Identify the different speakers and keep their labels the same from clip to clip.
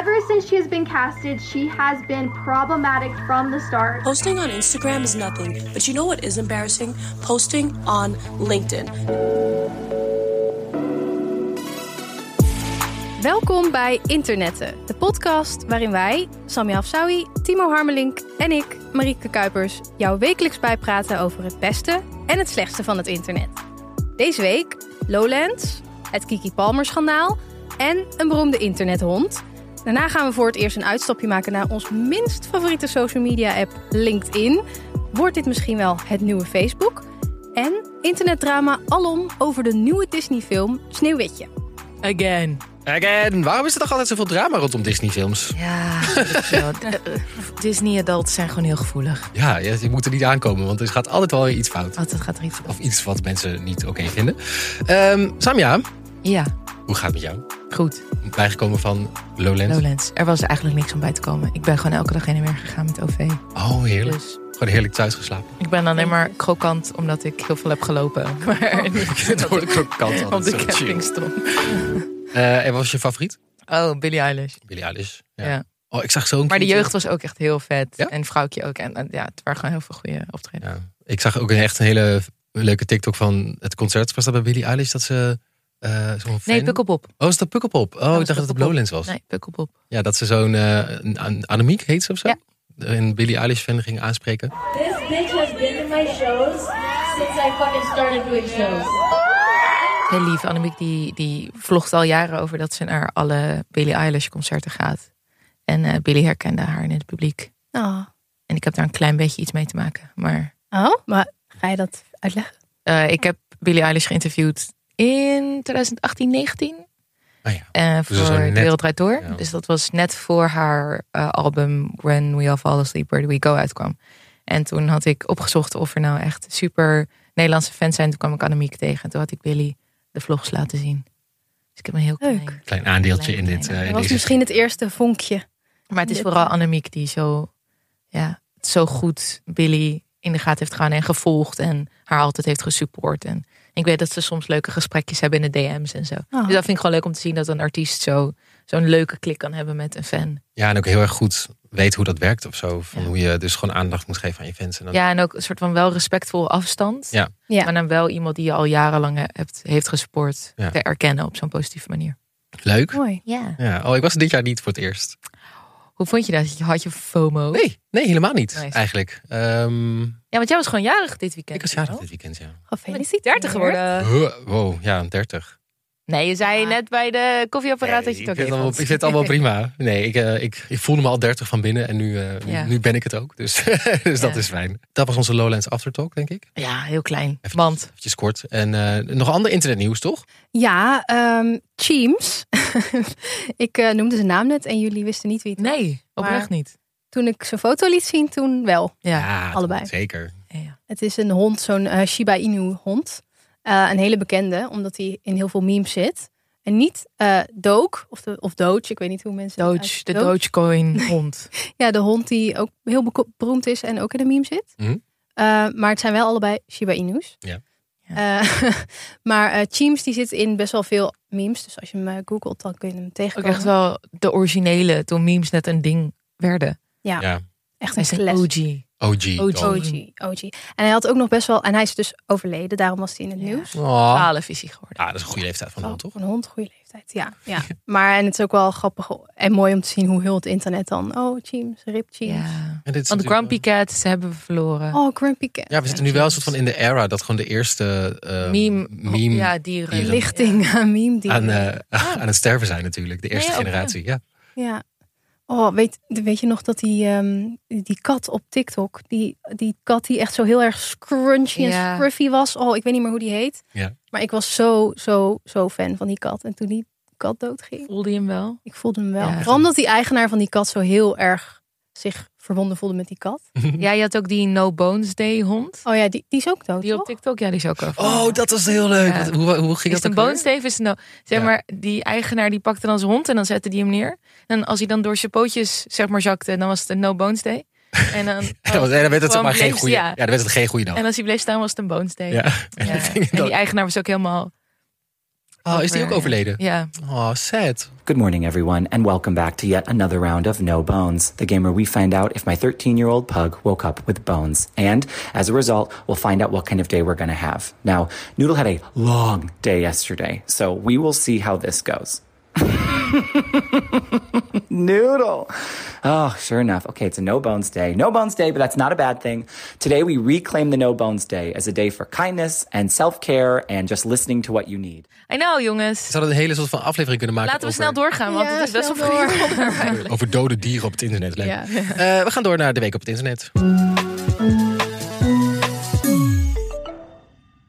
Speaker 1: Ever since she has been casted, she has been problematic from the start.
Speaker 2: Posting on Instagram is nothing, but you know what is embarrassing? Posting on LinkedIn.
Speaker 3: Welkom bij Internetten, de podcast waarin wij, Samia Afsawi, Timo Harmelink en ik, Marieke Kuipers, jou wekelijks bijpraten over het beste en het slechtste van het internet. Deze week Lowlands, het Kiki Palmer schandaal en een beroemde internethond. Daarna gaan we voor het eerst een uitstapje maken naar ons minst favoriete social media app LinkedIn. Wordt dit misschien wel het nieuwe Facebook? En internetdrama alom over de nieuwe Disney film Sneeuwwitje.
Speaker 4: Again.
Speaker 5: Again, waarom is er toch altijd zoveel drama rondom Disney-films?
Speaker 4: Ja, Disney-adults zijn gewoon heel gevoelig.
Speaker 5: Ja, je, je moet er niet aankomen, want er gaat altijd wel weer iets fout.
Speaker 4: Altijd gaat er iets
Speaker 5: Of iets wat mensen niet oké vinden. Ehm Samia,
Speaker 4: Ja,
Speaker 5: hoe gaat het met jou?
Speaker 4: goed.
Speaker 5: Bijgekomen van Lowlands.
Speaker 4: Lowlands. Er was eigenlijk niks om bij te komen. Ik ben gewoon elke dag heen en weer gegaan met OV.
Speaker 5: Oh, heerlijk.
Speaker 4: Dus
Speaker 5: Gewoon heerlijk thuis geslapen.
Speaker 4: ik ben alleen maar krokant omdat ik heel veel heb gelopen. Maar niet
Speaker 5: Het hoort ik ook kant
Speaker 4: op
Speaker 5: altijd
Speaker 4: de
Speaker 5: Oh, zo
Speaker 4: camping
Speaker 5: chill.
Speaker 4: stond.
Speaker 5: Eh, en wat was je favoriet?
Speaker 4: Oh, Billie Eilish.
Speaker 5: Billie Eilish. Ja.
Speaker 4: Ja.
Speaker 5: Oh, ik zag zo'n
Speaker 4: Maar de
Speaker 5: clipje.
Speaker 4: jeugd was ook echt heel vet.
Speaker 5: Ja?
Speaker 4: En vrouwtje ook. En, en ja, het waren gewoon heel veel goede optredens.
Speaker 5: Ja. Ik zag ook een- echt een hele leuke TikTok van het concert. Was dat bij Billie Eilish dat ze... eh zo'n
Speaker 4: Nee,
Speaker 5: fan-
Speaker 4: Pukkelpop.
Speaker 5: Oh, is dat Pukkelpop? Oh,
Speaker 4: was
Speaker 5: ik dacht dat het op
Speaker 4: Pukkelpop.
Speaker 5: Lowlands was.
Speaker 4: Nee, Pukkelpop.
Speaker 5: Ja, dat ze zo'n eh, een- een Annemiek heet ze of zo?
Speaker 4: Ja.
Speaker 5: Een Billie Eilish fan ging aanspreken.
Speaker 6: This bitch has been in my shows since I fucking started doing shows.
Speaker 4: Heel lief. Annemiek die, die vlogt al jaren over dat ze naar alle Billie Eilish concerten gaat. En eh Billie herkende haar in het publiek.
Speaker 3: Oh.
Speaker 4: En ik heb daar een klein beetje iets mee te maken. Maar
Speaker 3: Oh, maar ga je dat uitleggen?
Speaker 4: eh, ik heb Billie Eilish geïnterviewd in 2018, 19.
Speaker 5: Ah ja.
Speaker 4: eh, voor
Speaker 5: zo
Speaker 4: De
Speaker 5: net.
Speaker 4: Wereld Draait Door.
Speaker 5: Ja.
Speaker 4: Dus dat was net voor haar eh, album When We All Fall Asleep, Where Do We Go uitkwam. En toen had ik opgezocht of er nou echt super Nederlandse fans zijn. Toen kwam ik Annemiek tegen. En toen had ik Billie de vlogs laten zien. Dus ik heb een heel
Speaker 3: Leuk.
Speaker 4: klein...
Speaker 5: Klein aandeeltje in dit.
Speaker 4: Klein,
Speaker 5: eh,
Speaker 3: Dat
Speaker 5: in
Speaker 3: was
Speaker 5: deze-
Speaker 3: misschien het eerste vonkje.
Speaker 4: Maar het is
Speaker 3: Dit-
Speaker 4: vooral Annemiek die zo, ja, zo goed Billy in de gaten heeft gegaan en gevolgd en haar altijd heeft gesupport. En ik weet dat ze soms leuke gesprekjes hebben in de DM's en zo.
Speaker 3: Oh.
Speaker 4: Dus dat vind ik gewoon leuk om te zien dat een artiest zo, zo'n leuke klik kan hebben met een fan.
Speaker 5: Ja, en ook heel erg goed weet hoe dat werkt of zo. Van
Speaker 4: Ja.
Speaker 5: hoe je dus gewoon aandacht moet geven aan je fans. En dan,
Speaker 4: Ja, en ook een soort van wel respectvolle afstand.
Speaker 5: Ja.
Speaker 3: Ja.
Speaker 4: Maar dan wel iemand die je al jarenlang hebt, heeft gesupport
Speaker 5: Ja.
Speaker 4: te erkennen op zo'n positieve manier.
Speaker 5: Leuk.
Speaker 3: Mooi.
Speaker 4: Ja.
Speaker 5: Ja. Oh, ik was dit jaar niet voor het eerst.
Speaker 4: Hoe vond je dat? Had je FOMO?
Speaker 5: Nee, nee helemaal niet
Speaker 4: Nice.
Speaker 5: eigenlijk. Ehm,
Speaker 4: Ja, want jij was gewoon jarig dit weekend.
Speaker 5: ik was jarig dit weekend, ja.
Speaker 3: Oh. Gefeliciteerd.
Speaker 4: 30 geworden.
Speaker 5: Huh, Wow, ja, 30.
Speaker 4: Nee, je zei net bij de koffieapparaat dat je
Speaker 5: ik,
Speaker 4: het ook
Speaker 5: vind het
Speaker 4: even
Speaker 5: allemaal, ik
Speaker 4: had.
Speaker 5: vind het allemaal prima. Nee, ik, eh, ik, ik voelde me al 30 van binnen en nu, eh, nu-
Speaker 4: Ja.
Speaker 5: nu, ben ik het ook. Dus, dus dat
Speaker 4: Ja.
Speaker 5: is fijn. Dat was onze Lowlands Aftertalk, denk ik.
Speaker 4: Ja, heel klein.
Speaker 5: Even-
Speaker 4: Want
Speaker 5: Eventjes kort. En eh, nog ander internetnieuws, toch?
Speaker 3: Ja, ehm Cheems. ik eh, noemde zijn naam net en jullie wisten niet wie het was.
Speaker 4: nee, oprecht niet.
Speaker 3: Toen ik zijn foto liet zien, toen wel.
Speaker 4: Ja.
Speaker 5: dat
Speaker 3: allebei.
Speaker 5: moet Zeker.
Speaker 4: ja.
Speaker 3: Het is een hond, zo'n eh, Shiba Inu hond. Eh, een hele bekende, omdat hij in heel veel memes zit. En niet eh Dook of, de, of Doge, ik weet niet hoe mensen... het
Speaker 4: Doge,
Speaker 3: uitspreken.
Speaker 4: de
Speaker 3: Doge.
Speaker 4: Dogecoin hond.
Speaker 3: Ja, de hond die ook heel beko- beroemd is en ook in de meme zit.
Speaker 5: Mhm.
Speaker 3: Eh, maar het zijn wel allebei Shiba Inus.
Speaker 5: Ja.
Speaker 3: Eh, maar eh Cheems die zit in best wel veel memes. Dus als je hem eh, googelt, dan kun je hem
Speaker 4: Ook
Speaker 3: tegenkomen.
Speaker 4: echt wel de originele, toen memes net een ding werden.
Speaker 3: Ja,
Speaker 5: Ja.
Speaker 3: echt
Speaker 4: Hij
Speaker 3: een
Speaker 4: is een
Speaker 3: classic.
Speaker 4: OG.
Speaker 5: OG.
Speaker 4: OG.
Speaker 5: toch?
Speaker 3: OG, OG. En hij had ook nog best wel... En hij is dus overleden, daarom was hij in het
Speaker 4: Ja. Oh.
Speaker 3: nieuws.
Speaker 5: Oh.
Speaker 4: 12 is hij geworden.
Speaker 5: Ah, dat is een goede leeftijd van de hond, toch?
Speaker 3: Een hond, goede leeftijd. Ja, ja. maar en het is ook wel grappig en mooi om te zien hoe heel het internet dan. Oh, Cheems, rip Cheems.
Speaker 4: Ja.
Speaker 5: En dit is
Speaker 4: Want de
Speaker 5: natuurlijk- eh,
Speaker 4: Grumpy Cat, ze hebben we verloren.
Speaker 3: Oh, Grumpy Cat.
Speaker 5: Ja, we zitten nu wel een soort van in de era dat gewoon de eerste eh,
Speaker 4: meme,
Speaker 5: meme
Speaker 4: Ja, dieren.
Speaker 5: dieren.
Speaker 3: Lichting aan meme die.
Speaker 5: aan, eh, aan het sterven zijn natuurlijk. De eerste
Speaker 4: Nee, ook,
Speaker 5: generatie. Ja.
Speaker 3: Ja. Oh, weet, weet je nog dat die, ehm, die kat op TikTok, die, die kat die echt zo heel erg scrunchy en
Speaker 4: Ja.
Speaker 3: scruffy was. Oh, ik weet niet meer hoe die heet.
Speaker 5: Ja.
Speaker 3: Maar ik was zo, zo, zo fan van die kat. En toen die kat doodging,
Speaker 4: Voelde je hem wel?
Speaker 3: ik voelde hem wel.
Speaker 4: Ja.
Speaker 3: Vooral omdat die eigenaar van die kat zo heel erg zich verbonden voelde met die kat.
Speaker 4: Ja, je had ook die No Bones Day hond.
Speaker 3: Oh ja, die, die is ook dood,
Speaker 4: Die op
Speaker 3: toch?
Speaker 4: TikTok, ja, die is ook over.
Speaker 5: Oh, dat was heel leuk.
Speaker 4: Ja.
Speaker 5: Dat- hoe, hoe ging
Speaker 4: Is het
Speaker 5: dat
Speaker 4: een
Speaker 5: ook alweer?
Speaker 4: boonsteef? Is het nou, zeg
Speaker 5: Ja.
Speaker 4: maar, die eigenaar die pakte dan zijn hond en dan zette die hem neer. En als hij dan door zijn pootjes, zeg maar, zakte, dan was het een no bones day. En, dan, oh,
Speaker 5: Ja, want- en dan werd het zeg
Speaker 4: Gewoon
Speaker 5: maar geen
Speaker 4: bleef-
Speaker 5: goede. Ja.
Speaker 4: ja.
Speaker 5: dan werd het geen goede dag.
Speaker 4: en als hij bleef staan, was het een bones day.
Speaker 5: Ja.
Speaker 4: Ja.
Speaker 5: En
Speaker 4: En
Speaker 5: dat ging
Speaker 4: die
Speaker 5: dan-
Speaker 4: eigenaar was ook helemaal
Speaker 5: Oh, is die ook
Speaker 4: over-
Speaker 5: overleden?
Speaker 4: Ja,
Speaker 5: Oh, sad.
Speaker 7: Good morning, everyone, and welcome back to yet another round of No Bones, the game where we find out if my 13 year old pug woke up with bones. And as a result, we'll find out what kind of day we're going to have. Now, Noodle had a long day yesterday, so we will see how this goes. Noodle. Oh, sure enough. Okay, it's a no bones day. No bones day, but that's not a bad thing. Today, we reclaim the no bones day as a day for kindness and self care and just listening to what you need.
Speaker 4: I know jongens.
Speaker 5: Ze hadden een hele soort van aflevering kunnen maken.
Speaker 4: Laten we
Speaker 5: over-
Speaker 4: snel doorgaan, want
Speaker 3: Ja,
Speaker 4: het is best
Speaker 3: snel
Speaker 4: wel
Speaker 3: door.
Speaker 5: Over dode dieren op het internet. Leuk.
Speaker 3: Ja.
Speaker 5: Eh, we gaan door naar de week op het internet.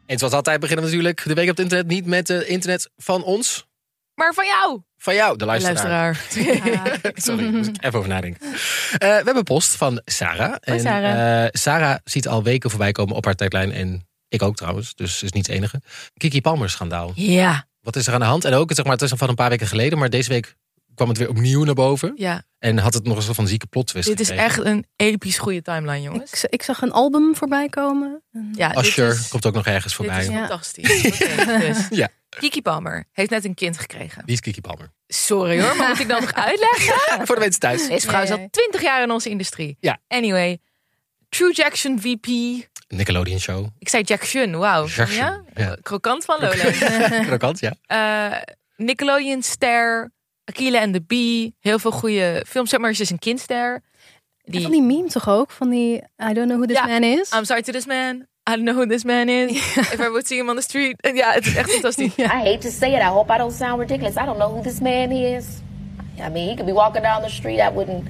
Speaker 5: En zoals altijd beginnen we natuurlijk de week op het internet niet met het internet van ons.
Speaker 4: Maar van jou,
Speaker 5: Van jou, de luisteraar.
Speaker 4: luisteraar.
Speaker 5: Sorry, moest ik even over nadenken. Eh, we hebben post van Sarah. en,
Speaker 4: Sarah.
Speaker 5: eh, Sarah ziet al weken voorbij komen op haar tijdlijn. En ik ook trouwens, dus ze is niet de enige. Kiki Palmer schandaal.
Speaker 4: Ja,
Speaker 5: Wat is er aan de hand? En ook, zeg maar, het is van een paar weken geleden. Maar deze week kwam het weer opnieuw naar boven.
Speaker 4: ja.
Speaker 5: En had het nog een soort van zieke plot twist
Speaker 4: Dit is
Speaker 5: gekregen.
Speaker 4: echt een episch goede timeline, jongens.
Speaker 3: Ik, ik zag een album voorbij komen.
Speaker 4: Ja, dit
Speaker 5: Asher
Speaker 4: is-
Speaker 5: komt ook nog ergens
Speaker 4: Dit
Speaker 5: voorbij.
Speaker 4: is
Speaker 3: Ja.
Speaker 4: fantastisch. Oké, dus.
Speaker 5: Ja.
Speaker 4: Kiki Palmer heeft net een kind gekregen.
Speaker 5: Die is Kiki Palmer.
Speaker 4: Sorry hoor, maar moet ik dan nog uitleggen?
Speaker 5: Voor de mensen thuis.
Speaker 4: Deze vrouw
Speaker 3: Nee.
Speaker 4: zat 20 jaar in onze industrie.
Speaker 5: Ja.
Speaker 4: Anyway, True Jackson VP.
Speaker 5: Nickelodeon Show.
Speaker 4: Ik zei Jackson, wauw.
Speaker 5: Jackson, ja.
Speaker 4: Krokant van Lola.
Speaker 5: Krokant, ja.
Speaker 4: Eh, Nickelodeon ster, Aquila en de Bee. Heel veel goede films. Zeg maar, ze is een kindster.
Speaker 3: Die... Van die meme toch ook? Van die I don't know who this
Speaker 4: Ja.
Speaker 3: man is.
Speaker 4: I'm sorry to this man. I don't know who this man is. If I would see him on the street. En Ja, het is echt fantastisch.
Speaker 6: I hate to say it. I hope I don't sound ridiculous. I don't know who this man is. I mean, he could be walking down the street. I wouldn't.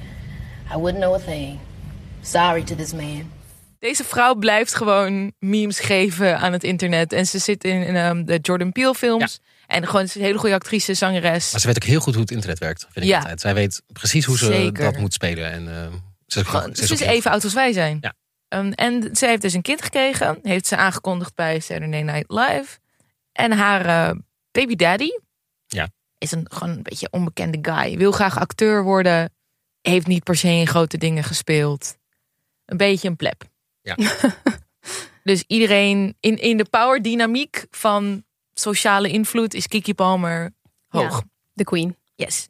Speaker 6: I wouldn't know a thing. Sorry to this man.
Speaker 4: Deze vrouw blijft gewoon memes geven aan het internet. En ze zit in, ehm, de Jordan Peele films. En gewoon ze is een hele goede actrice, zangeres.
Speaker 5: Maar ze weet ook heel goed hoe het internet werkt, vind ik
Speaker 4: Ja.
Speaker 5: altijd. Zij weet precies hoe ze
Speaker 4: Zeker.
Speaker 5: dat moet spelen. En, eh, ze is ook
Speaker 4: Gewoon,
Speaker 5: gewoon,
Speaker 4: Ze is
Speaker 5: ook heel-
Speaker 4: even oud als wij zijn.
Speaker 5: Ja.
Speaker 4: Ehm, en ze heeft dus een kind gekregen. Heeft ze aangekondigd bij Saturday Night Live. En haar eh, baby daddy
Speaker 5: Ja.
Speaker 4: is een, gewoon een beetje onbekende guy. Wil graag acteur worden. Heeft niet per se in grote dingen gespeeld. Een beetje een pleb.
Speaker 5: Ja.
Speaker 4: dus iedereen in, in de power dynamiek van sociale invloed is Kiki Palmer hoog.
Speaker 3: The Queen.
Speaker 4: Yes.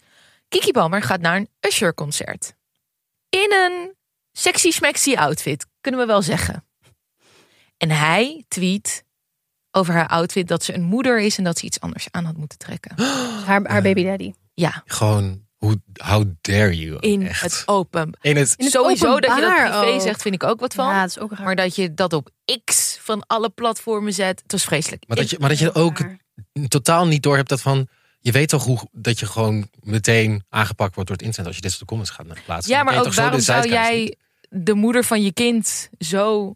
Speaker 4: Kiki Palmer gaat naar een Usher-concert. In een sexy-smexy outfit, kunnen we wel zeggen. En hij tweet over haar outfit dat ze een moeder is en dat ze iets anders aan had moeten trekken.
Speaker 3: Haar, haar baby daddy.
Speaker 4: Ja,
Speaker 5: Gewoon, hoe, how dare you? ook
Speaker 4: in
Speaker 5: echt.
Speaker 4: het open.
Speaker 5: in het,
Speaker 3: Oh, In het
Speaker 4: Sowieso dat je dat
Speaker 3: openbaar
Speaker 4: privé
Speaker 3: ook.
Speaker 4: zegt, vind ik ook wat van.
Speaker 3: Ja, dat is ook raar.
Speaker 4: maar dat je dat op X van alle platformen zet, het was vreselijk.
Speaker 5: maar, dat
Speaker 4: Ik-
Speaker 5: je, maar dat je ook
Speaker 3: Raar.
Speaker 5: totaal niet door hebt dat van... Je weet toch hoe dat je gewoon meteen aangepakt wordt door het internet... als je dit soort comments gaat plaatsen.
Speaker 4: Ja, maar
Speaker 5: Dan kan je
Speaker 4: ook
Speaker 5: toch zo de
Speaker 4: waarom zou
Speaker 5: zeitgeist
Speaker 4: jij
Speaker 5: niet-
Speaker 4: de moeder van je kind zo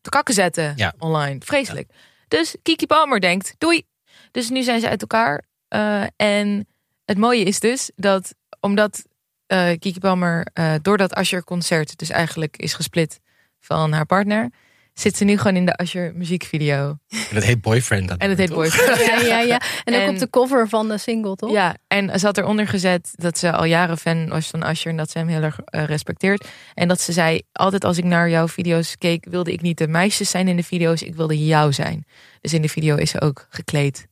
Speaker 4: te kakken zetten
Speaker 5: Ja.
Speaker 4: online? Vreselijk. Dus Kiki Palmer denkt, doei. Dus nu zijn ze uit elkaar. Eh, en het mooie is dus dat omdat eh, Kiki Palmer eh, door dat Asher concert dus eigenlijk is gesplit van haar partner, zit ze nu gewoon in de Asher muziekvideo.
Speaker 5: En dat heet boyfriend. dat
Speaker 4: En het
Speaker 5: nummer,
Speaker 4: heet
Speaker 5: toch?
Speaker 4: Boyfriend.
Speaker 3: Ja, ja, ja. En ook
Speaker 4: En-
Speaker 3: op de cover van de single, toch?
Speaker 4: Ja, en ze had eronder gezet dat ze al jaren fan was van Asher en dat ze hem heel erg eh, respecteert. En dat ze zei, altijd als ik naar jouw video's keek, wilde ik niet de meisjes zijn in de video's, ik wilde jou zijn. Dus in de video is ze ook gekleed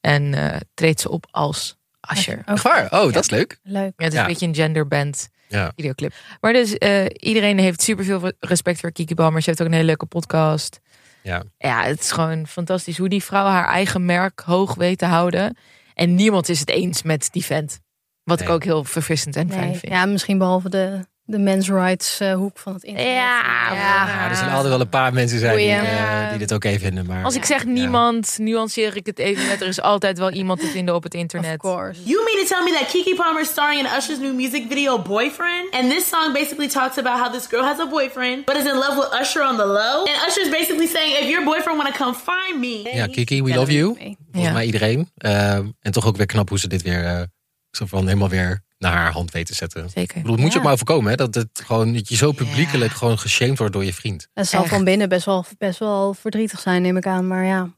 Speaker 4: en eh, treedt ze op als Asher.
Speaker 3: Ook
Speaker 5: Echt waar? Oh, dat is leuk.
Speaker 3: Leuk.
Speaker 4: Ja, het is
Speaker 5: Ja.
Speaker 4: een beetje een genderband
Speaker 5: Ja.
Speaker 4: videoclip. Maar dus eh, iedereen heeft superveel respect voor Kiki Balmer. Ze heeft ook een hele leuke podcast.
Speaker 5: Ja.
Speaker 4: ja, het is gewoon fantastisch hoe die vrouw haar eigen merk hoog weet te houden. En niemand is het eens met die vent. Wat ik
Speaker 5: Nee.
Speaker 4: ook heel verfrissend en fijn
Speaker 3: Nee.
Speaker 4: vind.
Speaker 3: Ja, misschien behalve de, de men's rights eh, hoek van het internet.
Speaker 4: Ja,
Speaker 5: Ja, er zullen altijd wel een paar mensen zijn die,
Speaker 3: Goeie.
Speaker 5: eh, die dit oké vinden. Maar...
Speaker 4: Als ik zeg niemand, nuanceer ik het even met er is altijd wel iemand te vinden op het
Speaker 3: Of
Speaker 4: internet.
Speaker 3: course.
Speaker 8: You mean to tell me that Kiki Palmer is starring in Usher's new music video, Boyfriend? And this song basically talks about how this girl has a boyfriend, but is in love with Usher on the low. And Usher's basically saying, if your boyfriend wanna come find me.
Speaker 5: Ja, Kiki, we love you.
Speaker 3: mee.
Speaker 5: Volgens
Speaker 4: Ja.
Speaker 5: mij iedereen. Eh, en toch ook weer knap hoe ze dit weer eh, zo van helemaal weer naar haar hand weet te zetten.
Speaker 4: Zeker.
Speaker 5: Ik bedoel, het moet je ook maar overkomen, hè? Dat, het gewoon, dat je zo publiekelijk gewoon geshamed wordt door je vriend.
Speaker 3: Het zal
Speaker 4: Echt.
Speaker 3: van binnen best wel, best wel verdrietig zijn, neem ik aan. Maar ja,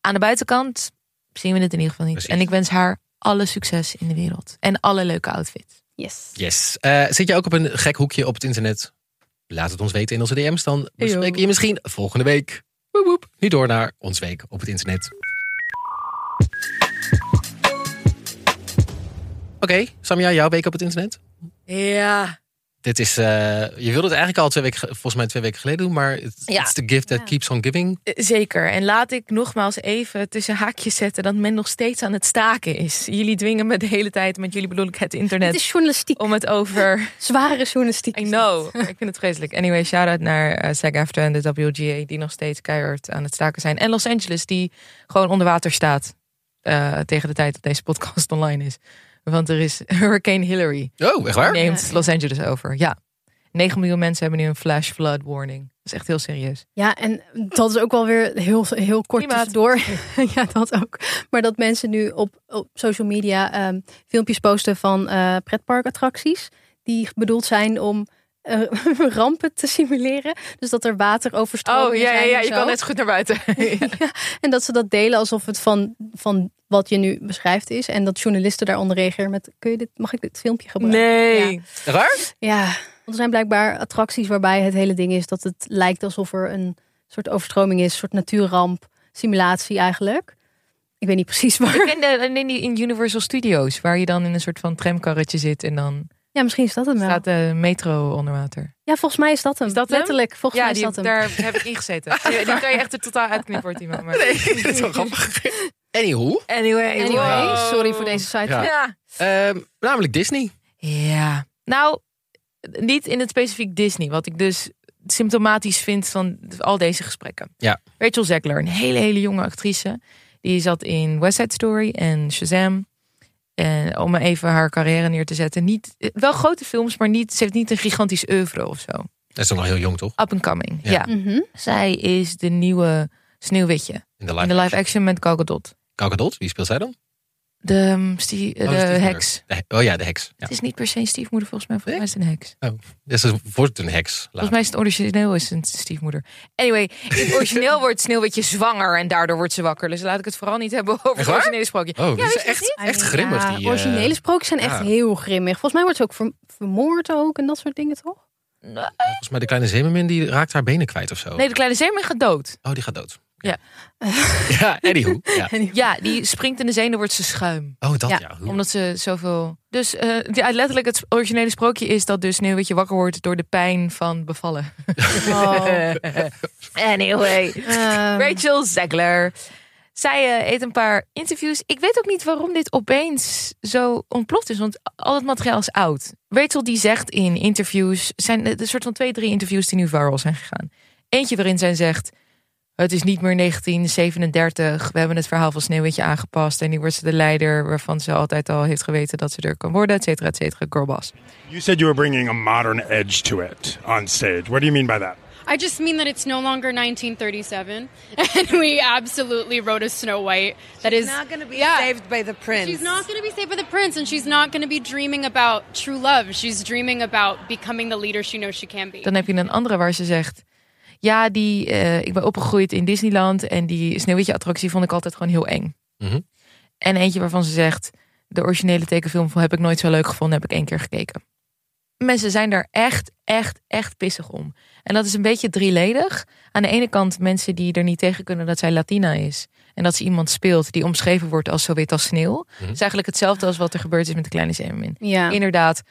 Speaker 4: Aan de buitenkant zien we het in ieder geval niet.
Speaker 5: Precies.
Speaker 4: En ik wens haar alle succes in de wereld. En alle leuke outfits.
Speaker 3: yes.
Speaker 5: Yes. Eh, zit jij ook op een gek hoekje op het internet? Laat het ons weten in onze DM's. Dan bespreken we je misschien volgende week. Woep woep. Nu door naar ons week op het internet. Samia, jouw week op het internet?
Speaker 4: Ja.
Speaker 5: Dit is, eh, je wilde het eigenlijk al twee weken, ge- volgens mij twee weken geleden doen, maar it's,
Speaker 4: Ja. Eh,
Speaker 5: it's the gift that keeps on giving.
Speaker 4: Zeker. En laat ik nogmaals even tussen haakjes zetten dat men nog steeds aan het staken is. Jullie dwingen me de hele tijd, met jullie bedoel ik het internet,
Speaker 3: Het is journalistiek.
Speaker 4: om het over...
Speaker 3: Zware journalistiek.
Speaker 4: I know. ik vind het vreselijk. Anyway, shout-out naar eh, SAG-AFTRA en de WGA die nog steeds keihard aan het staken zijn. En Los Angeles die gewoon onder water staat eh, tegen de tijd dat deze podcast online is. Want er is Hurricane Hillary.
Speaker 5: Oh, echt waar?
Speaker 4: Neemt Los Angeles over. Ja. 9 miljoen mensen hebben nu een flash flood warning. Dat is echt heel serieus.
Speaker 3: Ja, en dat is ook wel weer heel, heel kort
Speaker 4: Klimaat.
Speaker 3: tussendoor. ja, dat ook. Maar dat mensen nu op, op social media ehm, filmpjes posten van eh pretparkattracties. Die bedoeld zijn om eh, rampen te simuleren. Dus dat er water
Speaker 4: Oh,
Speaker 3: overstroomt.
Speaker 4: zo goed naar buiten.
Speaker 3: En dat ze dat delen alsof het van, van wat je nu beschrijft is. En dat journalisten daaronder reageren met... Kun je dit, mag ik dit filmpje gebruiken?
Speaker 4: Nee.
Speaker 3: Ja.
Speaker 5: Echt waar?
Speaker 3: Ja, want er zijn blijkbaar attracties waarbij het hele ding is dat het lijkt alsof er een soort overstroming is, een soort natuurramp, simulatie eigenlijk. Ik weet niet precies waar.
Speaker 4: En de- en in, die, in Universal Studios, waar je dan in een soort van tramkarretje zit en dan
Speaker 3: Ja, misschien is dat hem wel.
Speaker 4: staat de metro onder water.
Speaker 3: Ja, volgens mij is dat hem.
Speaker 4: Is dat hem?
Speaker 3: Letterlijk, volgens mij is
Speaker 4: die,
Speaker 3: dat hem.
Speaker 4: daar heb ik ingezeten. Die, die kan je echt er totaal uitknippen, hoor, Timo. Maar...
Speaker 5: dat is wel grappig. Anywho,
Speaker 4: Anyway,
Speaker 3: Anyway,
Speaker 4: wow.
Speaker 3: sorry voor deze site.
Speaker 5: Ja.
Speaker 4: Ja.
Speaker 5: ehm, namelijk Disney.
Speaker 4: Ja. Nou, niet in het specifiek Disney. Wat ik dus symptomatisch vind van al deze gesprekken.
Speaker 5: Ja.
Speaker 4: Rachel Zegler, een hele, hele jonge actrice. Die zat in West Side Story en Shazam. En om even haar carrière neer te zetten. Niet, eh, wel grote films, maar niet, ze heeft niet een gigantisch oeuvre of zo.
Speaker 5: Dat is dan nog heel jong, toch?
Speaker 4: Up and coming.
Speaker 5: Ja.
Speaker 4: Ja.
Speaker 3: Mhm.
Speaker 4: Zij is de nieuwe Sneeuwwitje.
Speaker 5: In de
Speaker 4: In
Speaker 5: live,
Speaker 4: de live action met Gal Gadot.
Speaker 5: Gal Gadot, wie speelt zij dan?
Speaker 4: De, ehm, stie- eh,
Speaker 5: Oh, dat
Speaker 4: de
Speaker 5: is Steve
Speaker 4: heks.
Speaker 5: Miller. De he- oh ja, de heks. Ja.
Speaker 4: Het is niet per se een stiefmoeder volgens mij. Volgens mij is het een heks.
Speaker 5: Dus het wordt een heks.
Speaker 4: Volgens
Speaker 5: later.
Speaker 4: mij is het origineel is een stiefmoeder. Anyway, in het origineel wordt Sneeuwwitje zwanger en daardoor wordt ze wakker. Dus laat ik het vooral niet hebben over
Speaker 5: Echt
Speaker 4: het
Speaker 5: waar?
Speaker 4: originele sprookje.
Speaker 5: Oh,
Speaker 4: ja,
Speaker 5: dit
Speaker 4: wist
Speaker 5: is
Speaker 4: je het
Speaker 5: echt,
Speaker 4: niet?
Speaker 5: echt grimmig.
Speaker 3: Ja,
Speaker 5: die, eh,
Speaker 3: originele sprookjes zijn echt
Speaker 5: ja.
Speaker 3: heel grimmig. Volgens mij wordt ze ook ver- vermoord ook en dat soort dingen, toch?
Speaker 5: eh, volgens mij de kleine zeemermin die raakt haar benen kwijt of zo.
Speaker 4: Nee, de kleine zeemermin gaat dood.
Speaker 5: Oh, die gaat dood.
Speaker 4: Ja.
Speaker 5: ja, anywho. Ja.
Speaker 4: Ja, die springt in de zee en wordt ze schuim.
Speaker 5: Oh, dat
Speaker 3: Ja,
Speaker 5: ja. Hoe-
Speaker 4: Omdat ze zoveel... Dus eh, ja, letterlijk het originele sprookje is dat dus Sneeuwwitje wakker wordt door de pijn van bevallen.
Speaker 3: Oh.
Speaker 4: anyway.
Speaker 3: Ehm,
Speaker 4: Rachel Zegler. Zij eh, eet een paar interviews. Ik weet ook niet waarom dit opeens zo ontploft is, want al het materiaal is oud. Rachel die zegt in interviews, zijn eh, een soort van twee, drie interviews die nu viral zijn gegaan. Eentje waarin zij zegt, het is niet meer 1937, we hebben het verhaal van Sneeuwwitje aangepast en nu wordt ze de leider waarvan ze altijd al heeft geweten dat ze er kan worden, et cetera, et cetera, Gorbas.
Speaker 9: You said you were bringing a modern edge to it on stage. What do you mean by that?
Speaker 10: I just mean that it's no longer 1937, and we absolutely wrote a Snow White that is not going to be saved by the prince. She's not going to be saved by the prince, and she's not going to be dreaming about true love. She's dreaming about becoming the leader she knows she can be.
Speaker 4: Dan heb je een andere waar ze zegt. Ja, die, eh, ik ben opgegroeid in Disneyland en die Sneeuwwitje-attractie vond ik altijd gewoon heel eng.
Speaker 5: Mhm.
Speaker 4: En eentje waarvan ze zegt, de originele tekenfilm van heb ik nooit zo leuk gevonden, heb ik één keer gekeken. Mensen zijn daar echt, echt, echt pissig om. En dat is een beetje drieledig. Aan de ene kant mensen die er niet tegen kunnen dat zij Latina is. En dat ze iemand speelt die omschreven wordt als zo wit als sneeuw. Dat is eigenlijk hetzelfde als wat er gebeurd is met de kleine zeemermin
Speaker 3: ja.
Speaker 4: inderdaad.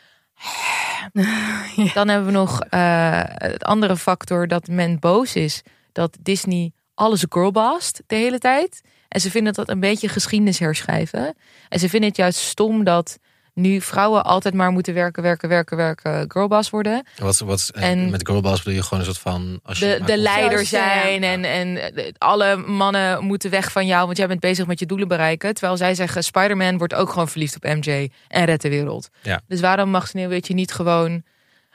Speaker 4: Dan hebben we nog eh, het andere factor dat men boos is dat Disney alles girlbast de hele tijd. En ze vinden dat een beetje geschiedenis herschrijven. En ze vinden het juist stom dat nu vrouwen altijd maar moeten werken, werken, werken, werken, girlboss worden.
Speaker 5: Wat, wat, en,
Speaker 4: En-
Speaker 5: met girlboss bedoel je gewoon een soort van... Als je
Speaker 4: De,
Speaker 5: maar
Speaker 4: de
Speaker 5: komt-
Speaker 4: leider
Speaker 3: Zelfs, ja.
Speaker 4: zijn en, en alle mannen moeten weg van jou, want jij bent bezig met je doelen bereiken. Terwijl zij zeggen, Spider-Man wordt ook gewoon verliefd op MJ en redt de wereld.
Speaker 5: Ja.
Speaker 4: Dus waarom mag Sneeuwwitje niet gewoon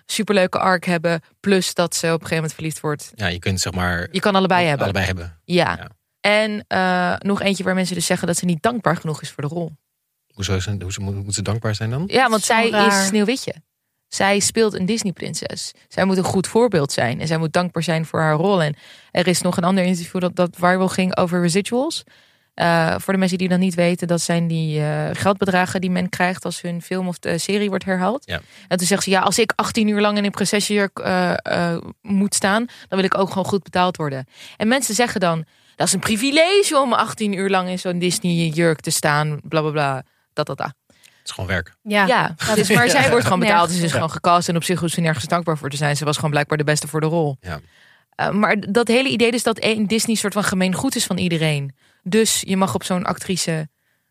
Speaker 4: superleuke arc hebben, plus dat ze op een gegeven moment verliefd wordt.
Speaker 5: Ja, je kunt zeg maar...
Speaker 4: Je kan allebei hebben.
Speaker 5: Allebei hebben.
Speaker 4: Ja.
Speaker 5: Ja.
Speaker 4: En eh, nog eentje waar mensen dus zeggen dat ze niet dankbaar genoeg is voor de rol.
Speaker 5: Hoezo is, hoe moet, moet ze dankbaar zijn dan?
Speaker 4: Ja, want
Speaker 3: Zo
Speaker 4: zij
Speaker 3: raar.
Speaker 4: is Sneeuwwitje. Zij speelt een Disney-prinses. Zij moet een goed voorbeeld zijn. En zij moet dankbaar zijn voor haar rol. En er is nog een ander interview dat, dat viral ging over residuals. Eh, voor de mensen die dat niet weten, dat zijn die eh, geldbedragen die men krijgt als hun film of eh, serie wordt herhaald.
Speaker 5: Ja.
Speaker 4: En toen zegt ze: Ja, als ik 18 uur lang in een prinsessenjurk eh, eh, moet staan, dan wil ik ook gewoon goed betaald worden. En mensen zeggen dan: Dat is een privilege om 18 uur lang in zo'n Disney-jurk te staan, bla bla bla. Dat, dat, dat.
Speaker 5: Het is gewoon werk.
Speaker 3: Ja,
Speaker 4: Ja,
Speaker 3: dat
Speaker 4: dus,
Speaker 3: is-
Speaker 4: maar zij wordt gewoon betaald.
Speaker 3: nergens
Speaker 4: Ze is
Speaker 5: voor.
Speaker 4: gewoon gecast. En op zich hoeft ze nergens dankbaar voor te zijn. Ze was gewoon blijkbaar de beste voor de rol.
Speaker 5: Ja.
Speaker 4: Eh, maar dat hele idee dus dat één Disney soort van gemeen goed is van iedereen. Dus je mag op zo'n actrice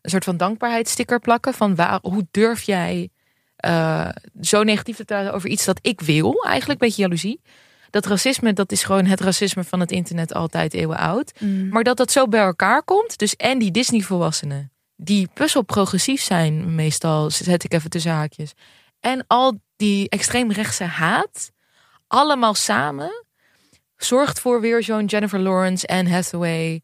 Speaker 4: een soort van dankbaarheidssticker plakken. Van waar, hoe durf jij eh, zo negatief te praten over iets dat ik wil? Eigenlijk een beetje jaloezie. Dat racisme, dat is gewoon het racisme van het internet altijd eeuwen oud. Maar dat dat zo bij elkaar komt. Dus en die Disney-volwassenen. Die puzzel progressief zijn meestal, zet ik even tussen haakjes. En al die extreemrechtse haat. Allemaal samen zorgt voor weer zo'n Jennifer Lawrence en Hathaway.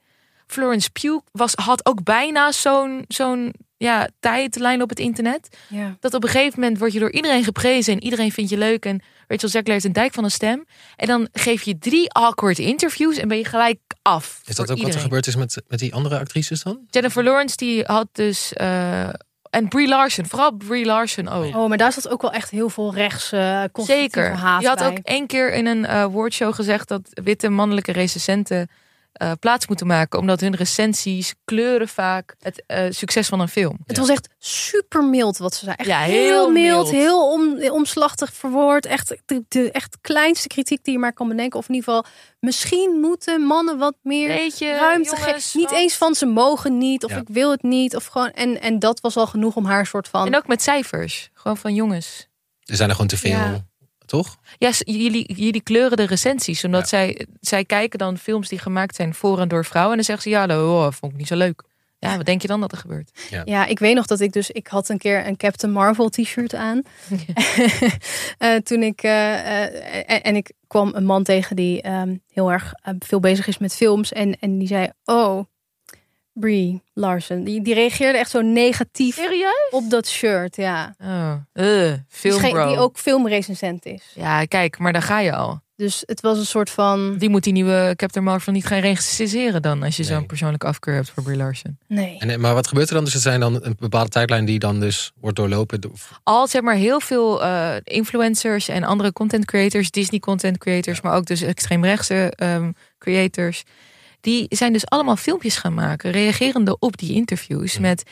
Speaker 4: Florence Pugh was, had ook bijna zo'n zo'n ja, tijdlijn op het internet.
Speaker 3: Ja.
Speaker 4: Dat op een gegeven moment word je door iedereen geprezen en iedereen vindt je leuk. En Rachel Zegler heeft een dijk van een stem. En dan geef je drie awkward interviews en ben je gelijk af. voor
Speaker 5: Is dat ook wat er
Speaker 4: iedereen.
Speaker 5: gebeurd is met, met die andere actrices dan?
Speaker 4: Jennifer Lawrence die had dus... eh, en Brie Larson, vooral Brie Larson ook.
Speaker 3: Oh, maar daar zat ook wel echt heel veel rechts eh conservatieve
Speaker 4: Zeker.
Speaker 3: haat
Speaker 4: Je had
Speaker 3: bij.
Speaker 4: ook één keer in een eh woordshow gezegd dat witte mannelijke recensenten eh, plaats moeten maken, omdat hun recensies kleuren vaak het eh, succes van een film.
Speaker 3: Het was echt super mild wat ze zei. Echt
Speaker 4: Ja,
Speaker 3: heel,
Speaker 4: heel
Speaker 3: mild,
Speaker 4: mild.
Speaker 3: heel om, omslachtig verwoord. Echt de, de echt kleinste kritiek die je maar kan bedenken. Of in ieder geval, misschien moeten mannen wat meer
Speaker 4: Beetje,
Speaker 3: ruimte
Speaker 4: jongens,
Speaker 3: geven. Niet
Speaker 4: want-
Speaker 3: eens van ze mogen niet, of
Speaker 5: Ja.
Speaker 3: ik wil het niet. Of gewoon, en, en dat was al genoeg om haar soort van...
Speaker 4: En ook met cijfers. Gewoon van jongens.
Speaker 5: Er zijn er gewoon te veel,
Speaker 4: Ja.
Speaker 5: toch?
Speaker 4: Ja, s- jullie, jullie kleuren de recensies. Omdat
Speaker 5: Ja.
Speaker 4: zij, zij kijken dan films die gemaakt zijn voor en door vrouwen. En dan zeggen ze, ja, hallo, oh, vond ik niet zo leuk. Ja, wat denk je dan dat er gebeurt?
Speaker 3: Ja, ik weet nog dat ik dus... Ik had een keer een Captain Marvel t-shirt aan. Eh, toen ik... eh, eh, en, en ik kwam een man tegen die ehm, heel erg eh, veel bezig is met films. En, en die zei, oh, Brie Larson. Die, die reageerde echt zo negatief
Speaker 4: Serieus?
Speaker 3: op dat shirt, ja.
Speaker 4: Oh, eh,
Speaker 3: Die scheen-
Speaker 4: filmbro.
Speaker 3: Die ook filmrecensent is.
Speaker 4: Ja, kijk, maar daar ga je al.
Speaker 3: Dus het was een soort van...
Speaker 4: Die moet die nieuwe Captain Marvel niet gaan recenseren dan. Als je
Speaker 5: Nee.
Speaker 4: zo'n persoonlijke afkeur hebt voor Brie Larson.
Speaker 3: Nee.
Speaker 5: En, maar wat gebeurt er dan? Dus er zijn dan een bepaalde tijdlijn die dan dus wordt doorlopen. door-
Speaker 4: al zeg maar heel veel eh, influencers en andere content creators, Disney content creators, maar ook dus extreemrechtse ehm creators, die zijn dus allemaal filmpjes gaan maken, reagerende op die interviews met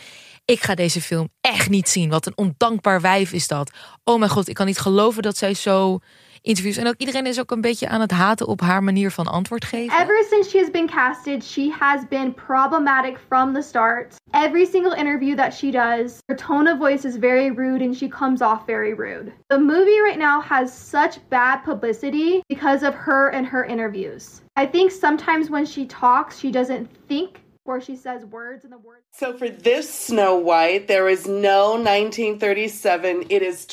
Speaker 4: ik ga deze film echt niet zien. Wat een ondankbaar wijf is dat. Oh mijn god, ik kan niet geloven dat zij zo interviews. En ook iedereen is ook een beetje aan het haten op haar manier van antwoord geven.
Speaker 1: Ever since she has been casted, she has been problematic from the start. Every single interview that she does, her tone of voice is very rude and she comes off very rude. The movie right now has such bad publicity because of her and her interviews. I think sometimes when she talks, she doesn't think or she says words and the words
Speaker 11: So for this Snow White, there is no 1937. It is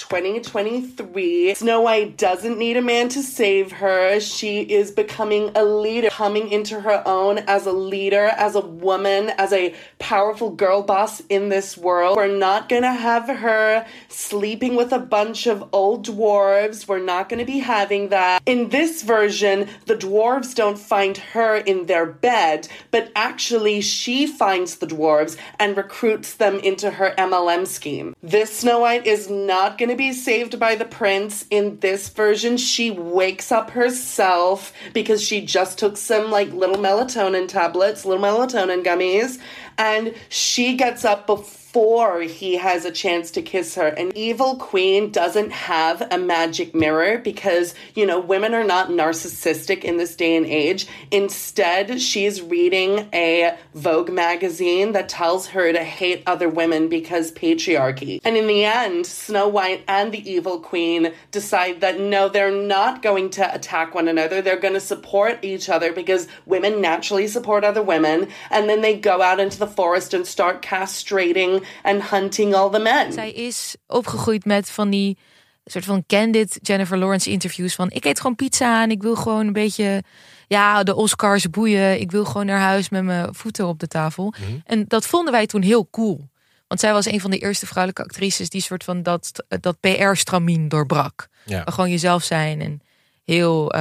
Speaker 11: 2023. Snow White doesn't need a man to save her. She is becoming a leader, coming into her own as a leader, as a woman, as a powerful girl boss in this world. We're not going to have her sleeping with a bunch of old dwarves. We're not going to be having that. In this version, the dwarves don't find her in their bed, but actually she finds the dwarves and recruits them into her MLM scheme. This Snow White is not going to be saved by the prince. In this version, she wakes up herself because she just took some like little melatonin tablets, little melatonin gummies, and she gets up before before he has a chance to kiss her. An evil queen doesn't have a magic mirror because, you know, women are not narcissistic in this day and age. Instead, she's reading a Vogue magazine that tells her to hate other women because patriarchy. And in the end, Snow White and the evil queen decide that no, they're not going to attack one another. They're going to support each other because women naturally support other women. And then they go out into the forest and start castrating and hunting all the men.
Speaker 4: Zij is opgegroeid met van die soort van candid Jennifer Lawrence interviews van ik eet gewoon pizza en ik wil gewoon een beetje ja de Oscars boeien. Ik wil gewoon naar huis met mijn voeten op de tafel. En dat vonden wij toen heel cool. Want zij was een van de eerste vrouwelijke actrices die soort van dat, dat PR-stramien doorbrak.
Speaker 5: Ja.
Speaker 4: Gewoon jezelf zijn en heel eh,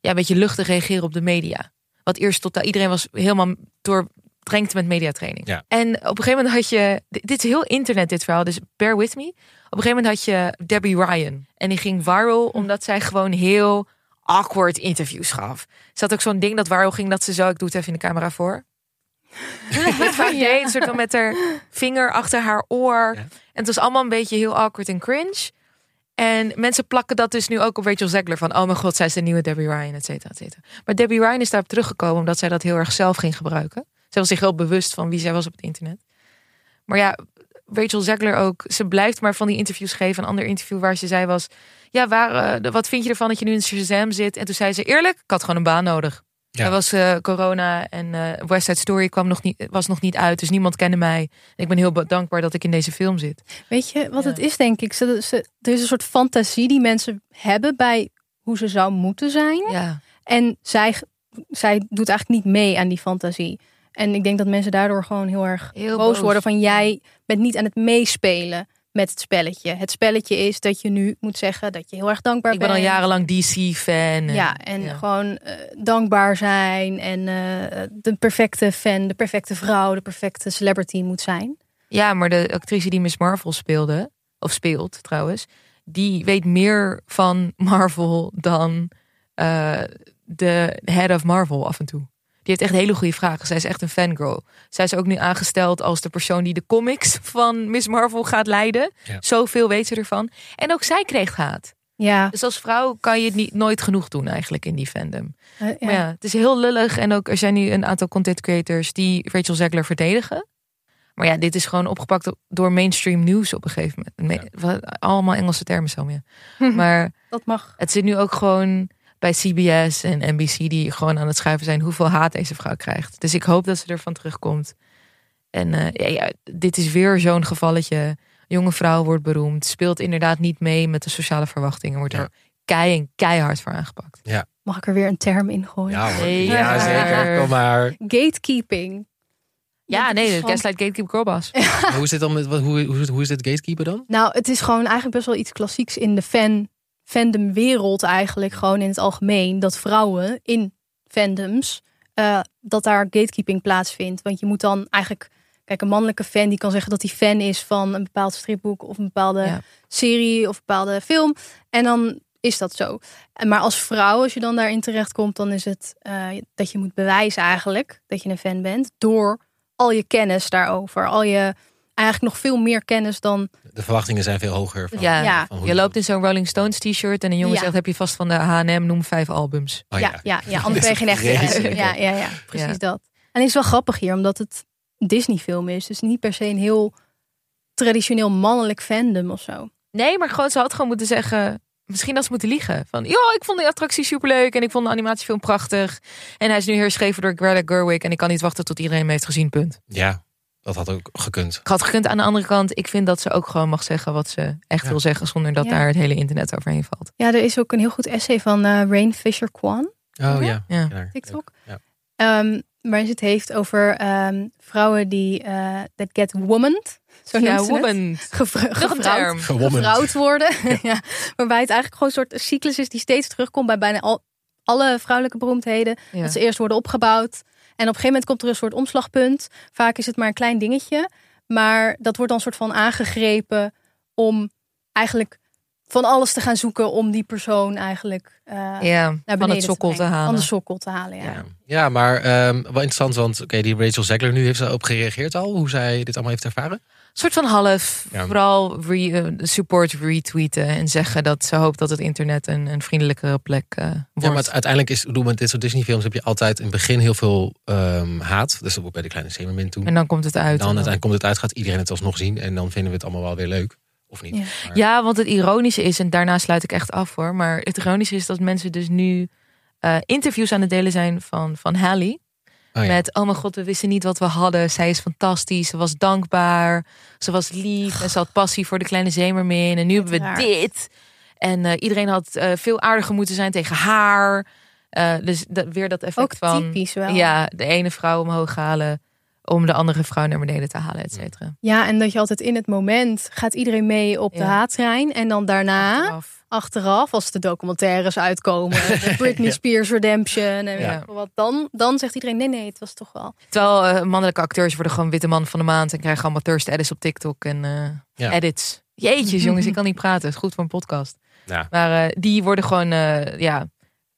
Speaker 4: ja, een beetje luchtig reageren op de media. Wat eerst tot iedereen was helemaal doordrenkt met mediatraining.
Speaker 5: Ja.
Speaker 4: En op een gegeven moment had je. Dit dit is heel internet, dit verhaal, dus bear with me. Op een gegeven moment had je Debbie Ryan. En die ging viral omdat zij gewoon heel awkward interviews gaf. Ze had ook zo'n ding dat viral ging dat ze zo. Ik doe het even in de camera voor. Dit vaak deed, een soort van met haar vinger achter haar oor. het was allemaal een beetje heel awkward en cringe. En mensen plakken dat dus nu ook op Rachel Zegler. Van, oh mijn god, zij is de nieuwe Debbie Ryan, et cetera, et cetera. Maar Debbie Ryan is daarop teruggekomen omdat zij dat heel erg zelf ging gebruiken. Zij was zich wel bewust van wie zij was op het internet. Maar ja, Rachel Zegler ook. Ze blijft maar van die interviews geven. Een ander interview waar ze zei was... Ja, waar, eh, de- wat vind je ervan dat je nu in Shazam zit? En toen zei ze, eerlijk, ik had gewoon een baan nodig.
Speaker 5: Ja.
Speaker 4: Er was eh, corona en eh West Side Story kwam nog niet, was nog niet uit. Dus niemand kende mij. En ik ben heel dankbaar dat ik in deze film zit.
Speaker 3: Weet je wat het is, denk ik? Ze, ze- er is een soort fantasie die mensen hebben bij hoe ze zou moeten zijn.
Speaker 4: Ja.
Speaker 3: En zij, zij doet eigenlijk niet mee aan die fantasie. En ik denk dat mensen daardoor gewoon heel erg
Speaker 4: Heel
Speaker 3: boos
Speaker 4: boos.
Speaker 3: worden van jij bent niet aan het meespelen met het spelletje. Het spelletje is dat je nu moet zeggen dat je heel erg dankbaar
Speaker 4: Ik ben
Speaker 3: bent.
Speaker 4: al jarenlang DC-fan.
Speaker 3: Ja, en gewoon eh, dankbaar zijn en eh, de perfecte fan, de perfecte vrouw, de perfecte celebrity moet zijn.
Speaker 4: Ja, maar de actrice die Miss Marvel speelde, of speelt trouwens, die weet meer van Marvel dan eh, de head of Marvel af en toe. Die heeft echt hele goede vragen. Zij is echt een fangirl. Zij is ook nu aangesteld als de persoon die de comics van Miss Marvel gaat leiden.
Speaker 5: Ja.
Speaker 4: Zoveel weet ze ervan. En ook zij kreeg haat.
Speaker 3: Ja.
Speaker 4: Dus als vrouw kan je het niet, nooit genoeg doen eigenlijk in die fandom.
Speaker 3: Eh, ja.
Speaker 4: Maar ja, het is heel lullig. En ook er zijn nu een aantal content creators die Rachel Zegler verdedigen. Maar ja, dit is gewoon opgepakt op- door mainstream nieuws op een gegeven moment. Me- wat- Allemaal Engelse termen, Samia. Maar
Speaker 3: Dat mag.
Speaker 4: het zit nu ook gewoon bij CBS en NBC die gewoon aan het schuiven zijn hoeveel haat deze vrouw krijgt. Dus ik hoop dat ze ervan terugkomt. En eh, ja, ja, dit is weer zo'n gevalletje. Jonge vrouw wordt beroemd, speelt inderdaad niet mee met de sociale verwachtingen, wordt er kei en keihard voor aangepakt.
Speaker 5: Ja,
Speaker 3: Mag ik er weer een term in gooien?
Speaker 5: ja, hoor.
Speaker 4: Nee,
Speaker 5: ja,
Speaker 4: ja.
Speaker 5: zeker. Kom maar.
Speaker 3: Gatekeeping.
Speaker 4: Ja, nee, de
Speaker 3: van-
Speaker 4: Gaslight Gatekeeper Girlboss.
Speaker 5: Maar hoe is dit dan met wat, hoe, hoe, hoe is dit gatekeeper dan?
Speaker 3: Nou, het is gewoon eigenlijk best wel iets klassieks in de fan, fandomwereld eigenlijk. Gewoon in het algemeen. Dat vrouwen in fandoms, eh, dat daar gatekeeping plaatsvindt. Want je moet dan eigenlijk... Kijk, een mannelijke fan die kan zeggen dat hij fan is van een bepaald stripboek of een bepaalde
Speaker 4: Ja.
Speaker 3: serie of een bepaalde film. En dan is dat zo. En Maar als vrouw, als je dan daarin terechtkomt, dan is het eh, dat je moet bewijzen eigenlijk dat je een fan bent. Door al je kennis daarover. Al je eigenlijk nog veel meer kennis dan
Speaker 5: De verwachtingen zijn veel hoger. Van,
Speaker 4: Oh, Ja,
Speaker 3: Ja.
Speaker 5: van hoe
Speaker 4: je loopt in zo'n Rolling Stones t-shirt en een jongen
Speaker 3: Ja.
Speaker 4: zegt heb je vast van de H&M, noem vijf albums.
Speaker 5: Oh,
Speaker 3: ja, ja, ja, anders ben je geen echte fan.
Speaker 5: Vreselijk, hè?
Speaker 3: Ja, ja, ja, precies
Speaker 4: Ja.
Speaker 3: dat. En het is wel grappig hier, omdat het een Disney-film is. Dus niet per se een heel traditioneel mannelijk fandom of zo.
Speaker 4: Nee, maar gewoon, ze had gewoon moeten zeggen, misschien dat ze moeten liegen. Van, joh, ik vond die attractie superleuk en ik vond de animatiefilm prachtig. En hij is nu herschreven door Greta Gerwig en ik kan niet wachten tot iedereen hem heeft gezien, punt.
Speaker 5: Ja, dat had ook gekund.
Speaker 4: Ik had gekund aan de andere kant, ik vind dat ze ook gewoon mag zeggen wat ze echt
Speaker 5: Ja.
Speaker 4: wil zeggen, zonder dat
Speaker 3: Ja.
Speaker 4: daar het hele internet overheen valt.
Speaker 3: Ja, er is ook een heel goed essay van eh, Rain Fisher Kwan,
Speaker 5: Oh ja.
Speaker 4: Ja.
Speaker 5: daar.
Speaker 3: TikTok.
Speaker 5: Ja.
Speaker 3: Ehm, waarin ze het heeft over ehm, vrouwen die eh that get womaned. Zo
Speaker 4: Ja,
Speaker 3: noemt ze het.
Speaker 4: woman.
Speaker 3: Gevr-
Speaker 4: Nog een
Speaker 3: gevrouwd.
Speaker 4: term.
Speaker 5: Gewonnen.
Speaker 3: gevrouwd worden. Ja. Waarbij het eigenlijk gewoon een soort cyclus is die steeds terugkomt bij bijna al, alle vrouwelijke beroemdheden.
Speaker 4: Ja.
Speaker 3: Dat ze eerst worden opgebouwd. En op een gegeven moment komt er een soort omslagpunt. Vaak is het maar een klein dingetje. Maar dat wordt dan soort van aangegrepen om eigenlijk van alles te gaan zoeken om die persoon eigenlijk eh,
Speaker 4: Ja,
Speaker 3: naar
Speaker 4: van
Speaker 3: beneden
Speaker 4: het sokkel te,
Speaker 3: brengen.
Speaker 4: halen.
Speaker 3: Van de sokkel te halen, ja.
Speaker 5: Ja. Ja, maar ehm, wel interessant, want oké, die Rachel Zegler nu heeft ze op gereageerd al, hoe zij dit allemaal heeft ervaren.
Speaker 4: soort van half.
Speaker 5: Ja.
Speaker 4: Vooral re- eh, support retweeten en zeggen dat ze hoopt dat het internet een, een vriendelijkere plek eh wordt.
Speaker 5: Ja, maar het- uiteindelijk is, ik bedoel, met dit soort Disney-films heb je altijd in het begin heel veel ehm, haat. Dus ook bij de kleine Semermin toen.
Speaker 4: En dan komt het
Speaker 5: En
Speaker 4: uit.
Speaker 5: dan uiteindelijk komt het uit, gaat iedereen het alsnog zien en dan vinden we het allemaal wel weer leuk. Of niet?
Speaker 3: Ja.
Speaker 5: Maar-
Speaker 4: Ja, want het ironische is, en daarna sluit ik echt af hoor. Maar het ironische is dat mensen dus nu eh, interviews aan het delen zijn van, van Hallie.
Speaker 5: Oh ja.
Speaker 4: Met, oh mijn god, we wisten niet wat we hadden. Zij is fantastisch, ze was dankbaar, ze was lief en ze had passie voor de kleine zeemermin. En nu hebben we
Speaker 3: raar.
Speaker 4: dit. En eh, iedereen had eh, veel aardiger moeten zijn tegen haar. Eh, dus dat, weer dat effect
Speaker 3: Ook
Speaker 4: van...
Speaker 3: typisch wel.
Speaker 4: Ja, de ene vrouw omhoog halen om de andere vrouw naar beneden te halen, et cetera.
Speaker 3: Ja, en dat je altijd in het moment gaat iedereen mee op de
Speaker 4: Ja.
Speaker 3: haattrein. En dan daarna...
Speaker 4: Achteraf.
Speaker 3: achteraf, als de documentaires uitkomen, de Britney Spears Redemption en
Speaker 4: Ja.
Speaker 3: weet ik wat, dan, dan zegt iedereen: nee, nee, het was toch wel.
Speaker 4: Terwijl eh, mannelijke acteurs worden gewoon witte man van de maand en krijgen allemaal thirst edits op TikTok en eh,
Speaker 5: Ja.
Speaker 4: edits. Jeetjes, jongens, ik kan niet praten. Het is goed voor een podcast.
Speaker 5: Ja.
Speaker 4: Maar eh, die worden gewoon, eh, ja.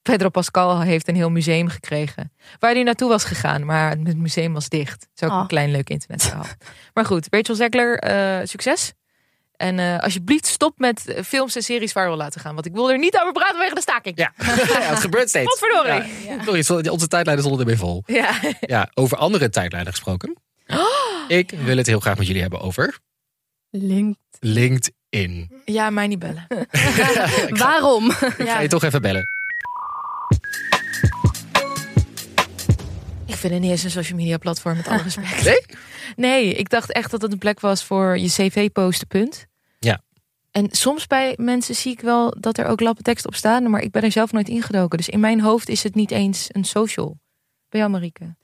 Speaker 4: Pedro Pascal heeft een heel museum gekregen. Waar hij naartoe was gegaan, maar het museum was dicht. Zo ook
Speaker 3: Oh.
Speaker 4: een klein leuk internetverhaal. maar goed, Rachel Zegler, eh, succes. En eh, alsjeblieft, stop met eh, films en series viral laten gaan. Want ik wil er niet over praten vanwege de staking.
Speaker 5: Ja, ja het gebeurt steeds.
Speaker 4: Potverdorie.
Speaker 5: Ja. Sorry, zo- onze tijdlijnen stonden ermee vol.
Speaker 4: Ja.
Speaker 5: Ja, over andere tijdlijnen gesproken. Ik wil het heel graag met jullie hebben over
Speaker 3: Link.
Speaker 5: LinkedIn.
Speaker 4: Ja, mij niet bellen.
Speaker 3: Waarom?
Speaker 5: Ik ga je toch even bellen.
Speaker 4: Ik vind het niet eens een social media platform, met alle respect.
Speaker 5: Nee?
Speaker 4: Nee, ik dacht echt dat het een plek was voor je cv posten, punt.
Speaker 5: Ja.
Speaker 4: En soms bij mensen zie ik wel dat er ook lappe tekst op staan, maar ik ben er zelf nooit ingedoken. Dus in mijn hoofd is het niet eens een social. Bij jou, Marieke?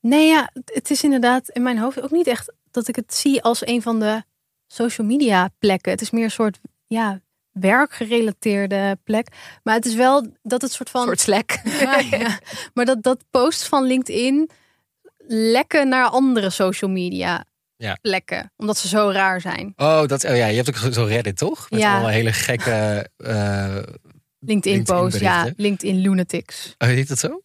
Speaker 3: Nee, ja, het is inderdaad in mijn hoofd ook niet echt dat ik het zie als een van de social media plekken. Het is meer een soort ja, werkgerelateerde plek. Maar het is wel dat het soort van. soort
Speaker 4: slack.
Speaker 3: ja, maar dat, dat posts van LinkedIn lekken naar andere social media
Speaker 5: Ja.
Speaker 3: plekken, omdat ze zo raar zijn.
Speaker 5: Oh, dat, oh ja, je hebt ook zo'n Reddit, toch? Met
Speaker 3: Ja.
Speaker 5: allemaal hele gekke... eh
Speaker 3: LinkedIn posts, ja,
Speaker 5: LinkedIn-berichten.
Speaker 3: LinkedIn lunatics.
Speaker 5: Oh, heet dat zo?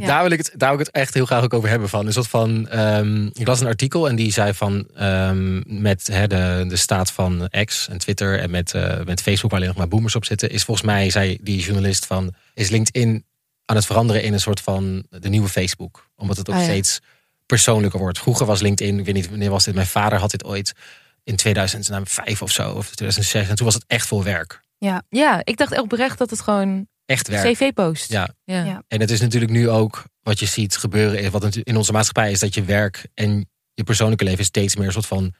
Speaker 5: Daar, wil ik het, daar wil ik het echt heel graag ook over hebben. Van. Een soort van, ehm, ik las een artikel en die zei van... ehm, met hè, de, de staat van X en Twitter en met, eh, met Facebook... waar alleen nog maar boomers op zitten... is volgens mij, zei die journalist van... is LinkedIn aan het veranderen in een soort van de nieuwe Facebook. Omdat het ook
Speaker 4: Ah, ja.
Speaker 5: steeds persoonlijker wordt. Vroeger was LinkedIn, ik weet niet wanneer was dit... mijn vader had dit ooit in 2005 of zo, of 2006. En toen was het echt voor werk.
Speaker 3: Ja.
Speaker 4: ja, ik dacht echt oprecht dat het gewoon
Speaker 5: Echt werk.
Speaker 4: cv-post.
Speaker 5: Ja.
Speaker 4: Ja.
Speaker 5: En het is natuurlijk nu ook wat je ziet gebeuren. is Wat natu- in onze maatschappij is dat je werk en je persoonlijke leven steeds meer een soort van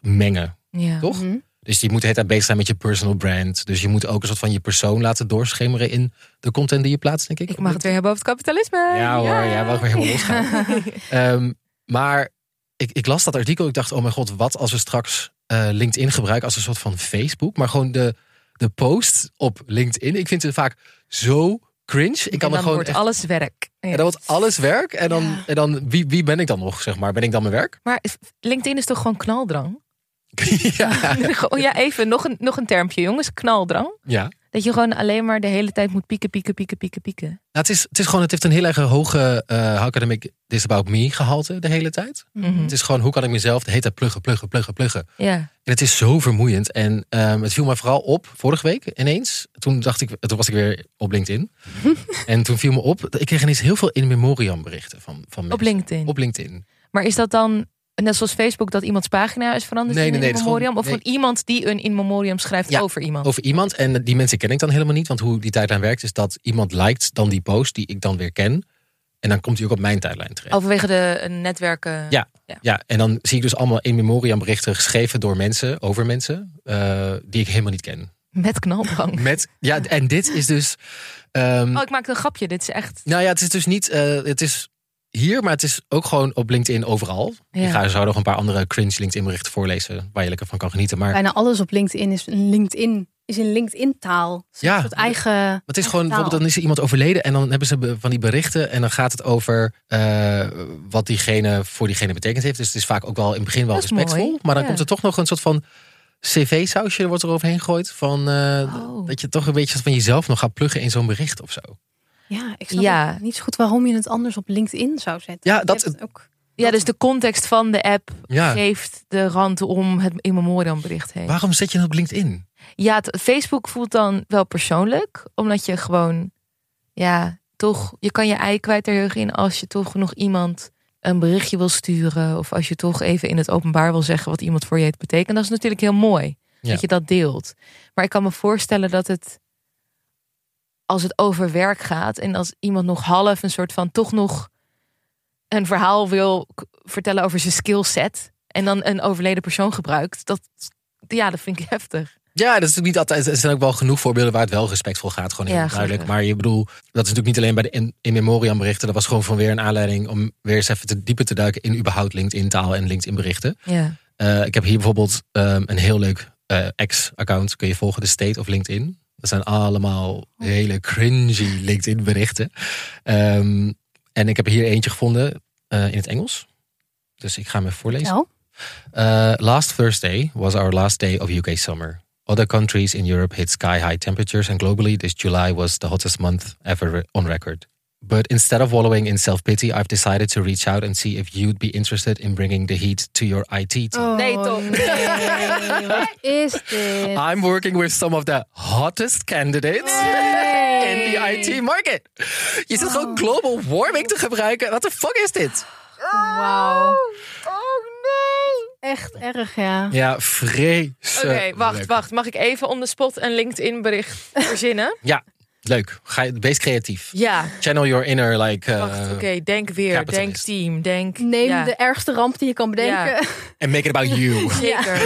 Speaker 5: mengen.
Speaker 4: Ja. Mhm.
Speaker 5: Toch? Dus je moet het bezig zijn met je personal brand. Dus je moet ook een soort van je persoon laten doorschemeren in de content die je plaatst, denk ik.
Speaker 4: Ik mag het weer hebben over het kapitalisme.
Speaker 5: Ja hoor, ja, mag weer helemaal losgaan. Ehm, maar ik, ik las dat artikel. Ik dacht, oh mijn god, wat als we straks eh, LinkedIn gebruiken als een soort van Facebook. Maar gewoon de, de post op LinkedIn. Ik vind het vaak zo cringe. Ik kan
Speaker 4: en
Speaker 5: er
Speaker 4: dan
Speaker 5: gewoon
Speaker 4: wordt
Speaker 5: echt-
Speaker 4: alles werk. Ja.
Speaker 5: en dan wordt alles werk. En dan, en dan wie, wie ben ik dan nog, zeg maar? Ben ik dan mijn werk?
Speaker 4: Maar LinkedIn is toch gewoon knaldrang?
Speaker 5: ja.
Speaker 4: Gewoon, ja, even nog een, nog een termpje, jongens. Knaldrang.
Speaker 5: ja.
Speaker 4: Dat je gewoon alleen maar de hele tijd moet pieken, pieken, pieken, pieken, pieken.
Speaker 5: Nou, het, is, het is gewoon, het heeft een heel erg hoge eh How Can I Make This About Me gehalte de hele tijd.
Speaker 4: Mhm.
Speaker 5: Het is gewoon, hoe kan ik mezelf de hele tijd pluggen, pluggen, pluggen, pluggen.
Speaker 4: Ja.
Speaker 5: En het is zo vermoeiend. En ehm, het viel mij vooral op vorige week ineens. Toen, dacht ik, toen was ik weer op LinkedIn. en toen viel me op, ik kreeg ineens heel veel in memoriam berichten van, van mensen.
Speaker 4: Op LinkedIn.
Speaker 5: Op LinkedIn.
Speaker 4: Maar is dat dan, net zoals Facebook, dat iemands pagina is veranderd
Speaker 5: Nee,
Speaker 4: in
Speaker 5: nee, nee,
Speaker 4: een
Speaker 5: dat
Speaker 4: in
Speaker 5: is gewoon-
Speaker 4: memoriam? Of van
Speaker 5: nee.
Speaker 4: iemand die een in memoriam schrijft over iemand?
Speaker 5: Over iemand. En die mensen ken ik dan helemaal niet. Want hoe die tijdlijn werkt is dat iemand liked dan die post die ik dan weer ken. En dan komt hij ook op mijn tijdlijn terecht.
Speaker 3: Oh,
Speaker 4: Overwege de eh, netwerken.
Speaker 5: Ja, ja. en dan zie ik dus allemaal in memoriam berichten geschreven door mensen, over mensen, eh, die ik helemaal niet ken.
Speaker 4: Met knaldrang.
Speaker 5: Met, ja, en dit is dus. ehm,
Speaker 4: Oh, ik maakte een grapje. Dit is echt.
Speaker 5: Nou ja, het is dus niet. eh, het is hier, maar het is ook gewoon op LinkedIn overal.
Speaker 3: Ja.
Speaker 5: Ik ga zo nog een paar andere cringe LinkedIn berichten voorlezen waar je lekker van kan genieten. Maar
Speaker 3: Bijna alles op LinkedIn is een LinkedIn is in LinkedIn taal.
Speaker 5: Ja,
Speaker 3: een soort eigen.
Speaker 5: Maar het is gewoon, bijvoorbeeld, dan is er iemand overleden en dan hebben ze be- van die berichten. En dan gaat het over eh, wat diegene voor diegene betekend heeft. Dus het is vaak ook wel in het begin wel
Speaker 4: Dat is
Speaker 5: respectvol.
Speaker 4: mooi,
Speaker 5: Maar dan
Speaker 4: ja.
Speaker 5: komt er toch nog een soort van cv-sausje wordt er overheen gegooid. Van, eh,
Speaker 4: Oh.
Speaker 5: Dat je toch een beetje van jezelf nog gaat pluggen in zo'n bericht of zo.
Speaker 3: Ja, ik snap
Speaker 4: Ja.
Speaker 3: ook niet zo goed waarom je het anders op LinkedIn zou zetten.
Speaker 5: Ja,
Speaker 3: Je
Speaker 5: dat-
Speaker 3: hebt ook.
Speaker 4: Ja, dus de context van de app
Speaker 5: Ja.
Speaker 4: geeft de rand om het in memoriam bericht heen.
Speaker 5: Waarom zet je dat op LinkedIn?
Speaker 4: Ja, het- Facebook voelt dan wel persoonlijk, omdat je gewoon, ja, toch, je kan je ei kwijt er heel erg in als je toch nog iemand een berichtje wil sturen of als je toch even in het openbaar wil zeggen wat iemand voor je heeft betekent. Dat is natuurlijk heel mooi
Speaker 5: Ja.
Speaker 4: dat je dat deelt. Maar ik kan me voorstellen dat het als het over werk gaat en als iemand nog half een soort van toch nog een verhaal wil k- vertellen over zijn skillset en dan een overleden persoon gebruikt, dat ja, dat vind ik heftig.
Speaker 5: Ja, dat is natuurlijk niet altijd. Er zijn ook wel genoeg voorbeelden waar het wel respectvol gaat. Gewoon heel
Speaker 4: Ja,
Speaker 5: duidelijk.
Speaker 4: gelukkig.
Speaker 5: Maar je bedoel, dat is natuurlijk niet alleen bij de in, in memoriam berichten. Dat was gewoon van weer een aanleiding om weer eens even te, dieper te duiken in überhaupt LinkedIn taal en LinkedIn berichten.
Speaker 4: Ja.
Speaker 5: Eh, ik heb hier bijvoorbeeld ehm, een heel leuk ex-account. Kun je volgen, de State of LinkedIn. Dat zijn allemaal hele cringy LinkedIn berichten. Ehm, en ik heb hier eentje gevonden eh, in het Engels. Dus ik ga hem even voorlezen.
Speaker 3: Nou,
Speaker 5: Uh, last Thursday was our last day of UK summer. Other countries in Europe hit sky high temperatures, and globally, this July was the hottest month ever re- on record. But instead of wallowing in self pity, I've decided to reach out and see if you'd be interested in bringing the heat to your IT team.
Speaker 3: nee, toch? Wat is dit?
Speaker 5: I'm working with some of the hottest candidates in the IT market. Je zit
Speaker 4: Oh.
Speaker 5: gewoon global warming te gebruiken. What the fuck is dit?
Speaker 3: Wauw. Echt erg, ja.
Speaker 5: Ja, vreselijk.
Speaker 4: Oké,
Speaker 5: Eh,
Speaker 4: wacht, wacht. Mag ik even on the spot een LinkedIn bericht verzinnen?
Speaker 5: Ja, leuk. Ga, je- wees creatief.
Speaker 4: ja.
Speaker 5: Channel your inner, like... eh,
Speaker 4: Wacht, oké. Denk weer. Denk
Speaker 5: Capitalist.
Speaker 4: team. Denk...
Speaker 3: Neem
Speaker 4: ja.
Speaker 3: de ergste ramp die je kan bedenken.
Speaker 4: Ja.
Speaker 5: And make it about you.
Speaker 4: Zeker,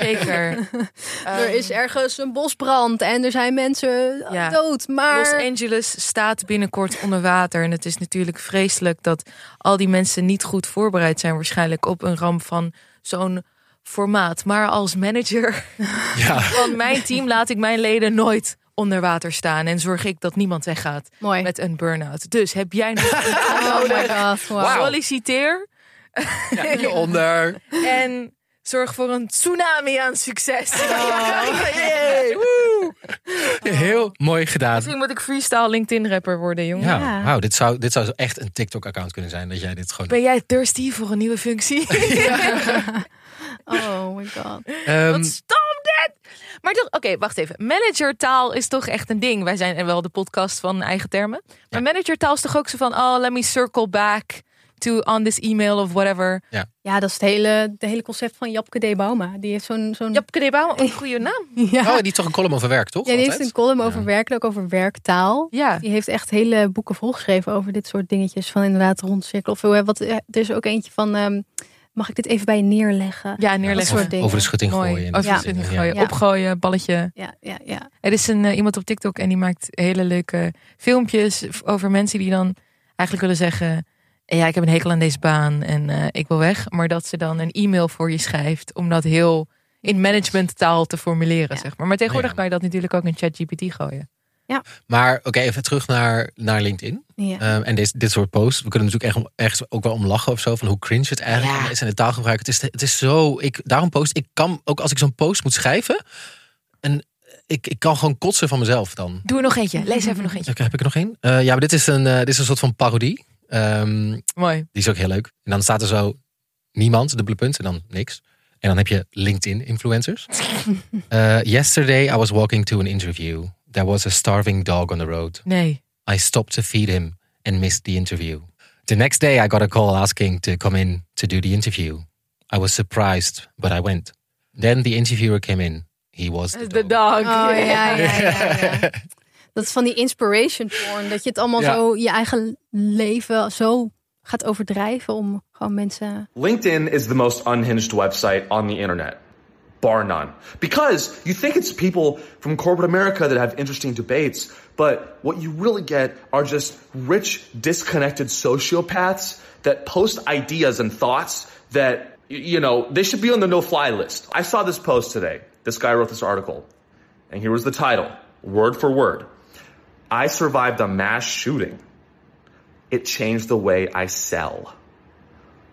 Speaker 4: zeker.
Speaker 3: Er is ergens een bosbrand en er zijn mensen eh,
Speaker 4: Ja.
Speaker 3: dood. Maar
Speaker 4: Los Angeles staat binnenkort onder water. En het is natuurlijk vreselijk dat al die mensen niet goed voorbereid zijn, waarschijnlijk op een ramp van zo'n formaat. Maar als manager
Speaker 5: Ja.
Speaker 4: van mijn team laat ik mijn leden nooit onder water staan. En zorg ik dat niemand weggaat
Speaker 3: Mooi.
Speaker 4: met een burn-out. Dus heb jij nog een
Speaker 3: Oh
Speaker 4: baan
Speaker 3: my
Speaker 4: nodig?
Speaker 3: god, wow.
Speaker 4: Solliciteer
Speaker 5: Hieronder.
Speaker 4: en zorg voor een tsunami aan succes.
Speaker 3: Oh.
Speaker 5: Hey, woe. Heel mooi gedaan.
Speaker 4: Misschien moet ik freestyle LinkedIn-rapper worden, jongen.
Speaker 5: Ja, wauw. Dit zou, dit zou echt een TikTok-account kunnen zijn. Dat jij dit gewoon...
Speaker 4: Ben jij thirsty voor een nieuwe functie?
Speaker 3: Oh my god.
Speaker 5: Ehm,
Speaker 4: Wat stom dit! Maar toch, oké, wacht even. Managertaal is toch echt een ding. Wij zijn wel de podcast van eigen termen. Maar managertaal is toch ook zo van... Oh, let me circle back to on this email of whatever.
Speaker 3: Ja, dat is het hele, de hele concept van Japke D. Bauma. Die heeft zo'n... zo'n
Speaker 4: Japke de Bouw, wat een goede naam.
Speaker 3: ja.
Speaker 5: Oh, die toch een column over werk, toch?
Speaker 3: Ja, die heeft
Speaker 5: Altijd?
Speaker 3: een column over werken, ook over werktaal.
Speaker 4: Ja.
Speaker 3: Die heeft echt hele boeken volgeschreven over dit soort dingetjes. Van inderdaad rondcirkel. Of eh, wat, eh, er is ook eentje van, ehm, mag ik dit even bij je neerleggen?
Speaker 4: Ja,
Speaker 5: Ja,
Speaker 4: neerleggen.
Speaker 3: soort
Speaker 5: over-
Speaker 3: dingen.
Speaker 5: Over de schutting
Speaker 4: Mooi.
Speaker 5: gooien. en
Speaker 4: Over
Speaker 5: dat
Speaker 4: de
Speaker 5: soort
Speaker 4: schutting
Speaker 5: dingen, ja.
Speaker 4: gooien,
Speaker 3: Ja.
Speaker 4: opgooien, balletje.
Speaker 3: Ja, ja, ja.
Speaker 4: Er is een, eh, iemand op TikTok en die maakt hele leuke filmpjes over mensen die dan eigenlijk willen zeggen... "Eh, Ja, ik heb een hekel aan deze baan en eh, ik wil weg. Maar dat ze dan een e-mail voor je schrijft om dat heel in managementtaal te formuleren,
Speaker 3: Ja.
Speaker 4: zeg maar. Maar tegenwoordig
Speaker 5: Ja.
Speaker 4: kan je dat natuurlijk ook in ChatGPT gooien.
Speaker 5: Maar oké, even terug naar, naar LinkedIn.
Speaker 3: ja.
Speaker 5: Ehm, en deze, dit soort posts. We kunnen natuurlijk echt, om- echt ook wel om lachen of zo. Van hoe cringe het eigenlijk is en de taalgebruik. Het is, het is zo... Ik, daarom post ik... kan Ook als ik zo'n post moet schrijven... En eh, ik, ik kan gewoon kotsen van mezelf dan.
Speaker 4: Doe er nog eentje. Lees even nog eentje.
Speaker 5: Oké, heb ik er nog één? Eh, ja, maar dit is, een, eh, dit is een soort van parodie. Ehm,
Speaker 4: Mooi.
Speaker 5: die is ook heel leuk. En dan staat er zo niemand, dubbele punt, en dan niks. En dan heb je LinkedIn-influencers. Eh, yesterday I was walking to an interview. There was a starving dog on the road.
Speaker 4: Nee.
Speaker 5: I stopped to feed him and missed the interview. The next day, I got a call asking to come in to do the interview. I was surprised, but I went. Then the interviewer came in. He was the
Speaker 4: De
Speaker 5: dog.
Speaker 4: dog.
Speaker 3: Oh ja, ja, ja, ja. Dat is van die inspiration porn. Dat je het allemaal
Speaker 5: Ja.
Speaker 3: zo, je eigen leven zo gaat overdrijven om gewoon mensen...
Speaker 12: LinkedIn is the most unhinged website on the internet, bar none. Because you think it's people from corporate America that have interesting debates, but what you really get are just rich, disconnected sociopaths that post ideas and thoughts that, y- you know, they should be on the no fly list. I saw this post today. This guy wrote this article, and here was the title, word for word I survived a mass shooting. It changed the way I sell.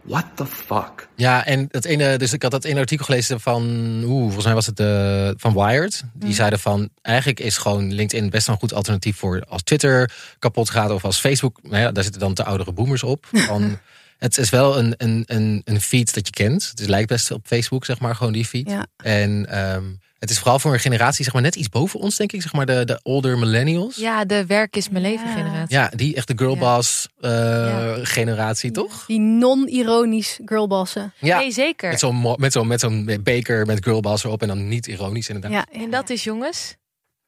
Speaker 12: What the fuck?
Speaker 5: Ja, en dat ene, dus ik had dat ene artikel gelezen van, oeh, volgens mij was het de, van Wired. Die zeiden van, eigenlijk is gewoon LinkedIn best wel een goed alternatief voor als Twitter kapot gaat of als Facebook. Nou ja, daar zitten dan de oudere boomers op. Van, het is wel een, een, een, een feed dat je kent. Het lijkt best op Facebook, zeg maar, gewoon die feed.
Speaker 3: Ja.
Speaker 5: En ehm, het is vooral voor een generatie, zeg maar, net iets boven ons, denk ik. Zeg maar, de, de older millennials.
Speaker 4: Ja, de werk is mijn leven generatie.
Speaker 5: Ja, die echt de girlboss eh generatie, toch?
Speaker 3: Die non-ironisch girlbassen.
Speaker 5: Ja.
Speaker 4: Nee, zeker.
Speaker 5: Met zo'n mo- met zo'n met zo'n beker met girlboss erop en dan niet ironisch inderdaad.
Speaker 3: Ja,
Speaker 4: En dat is, jongens,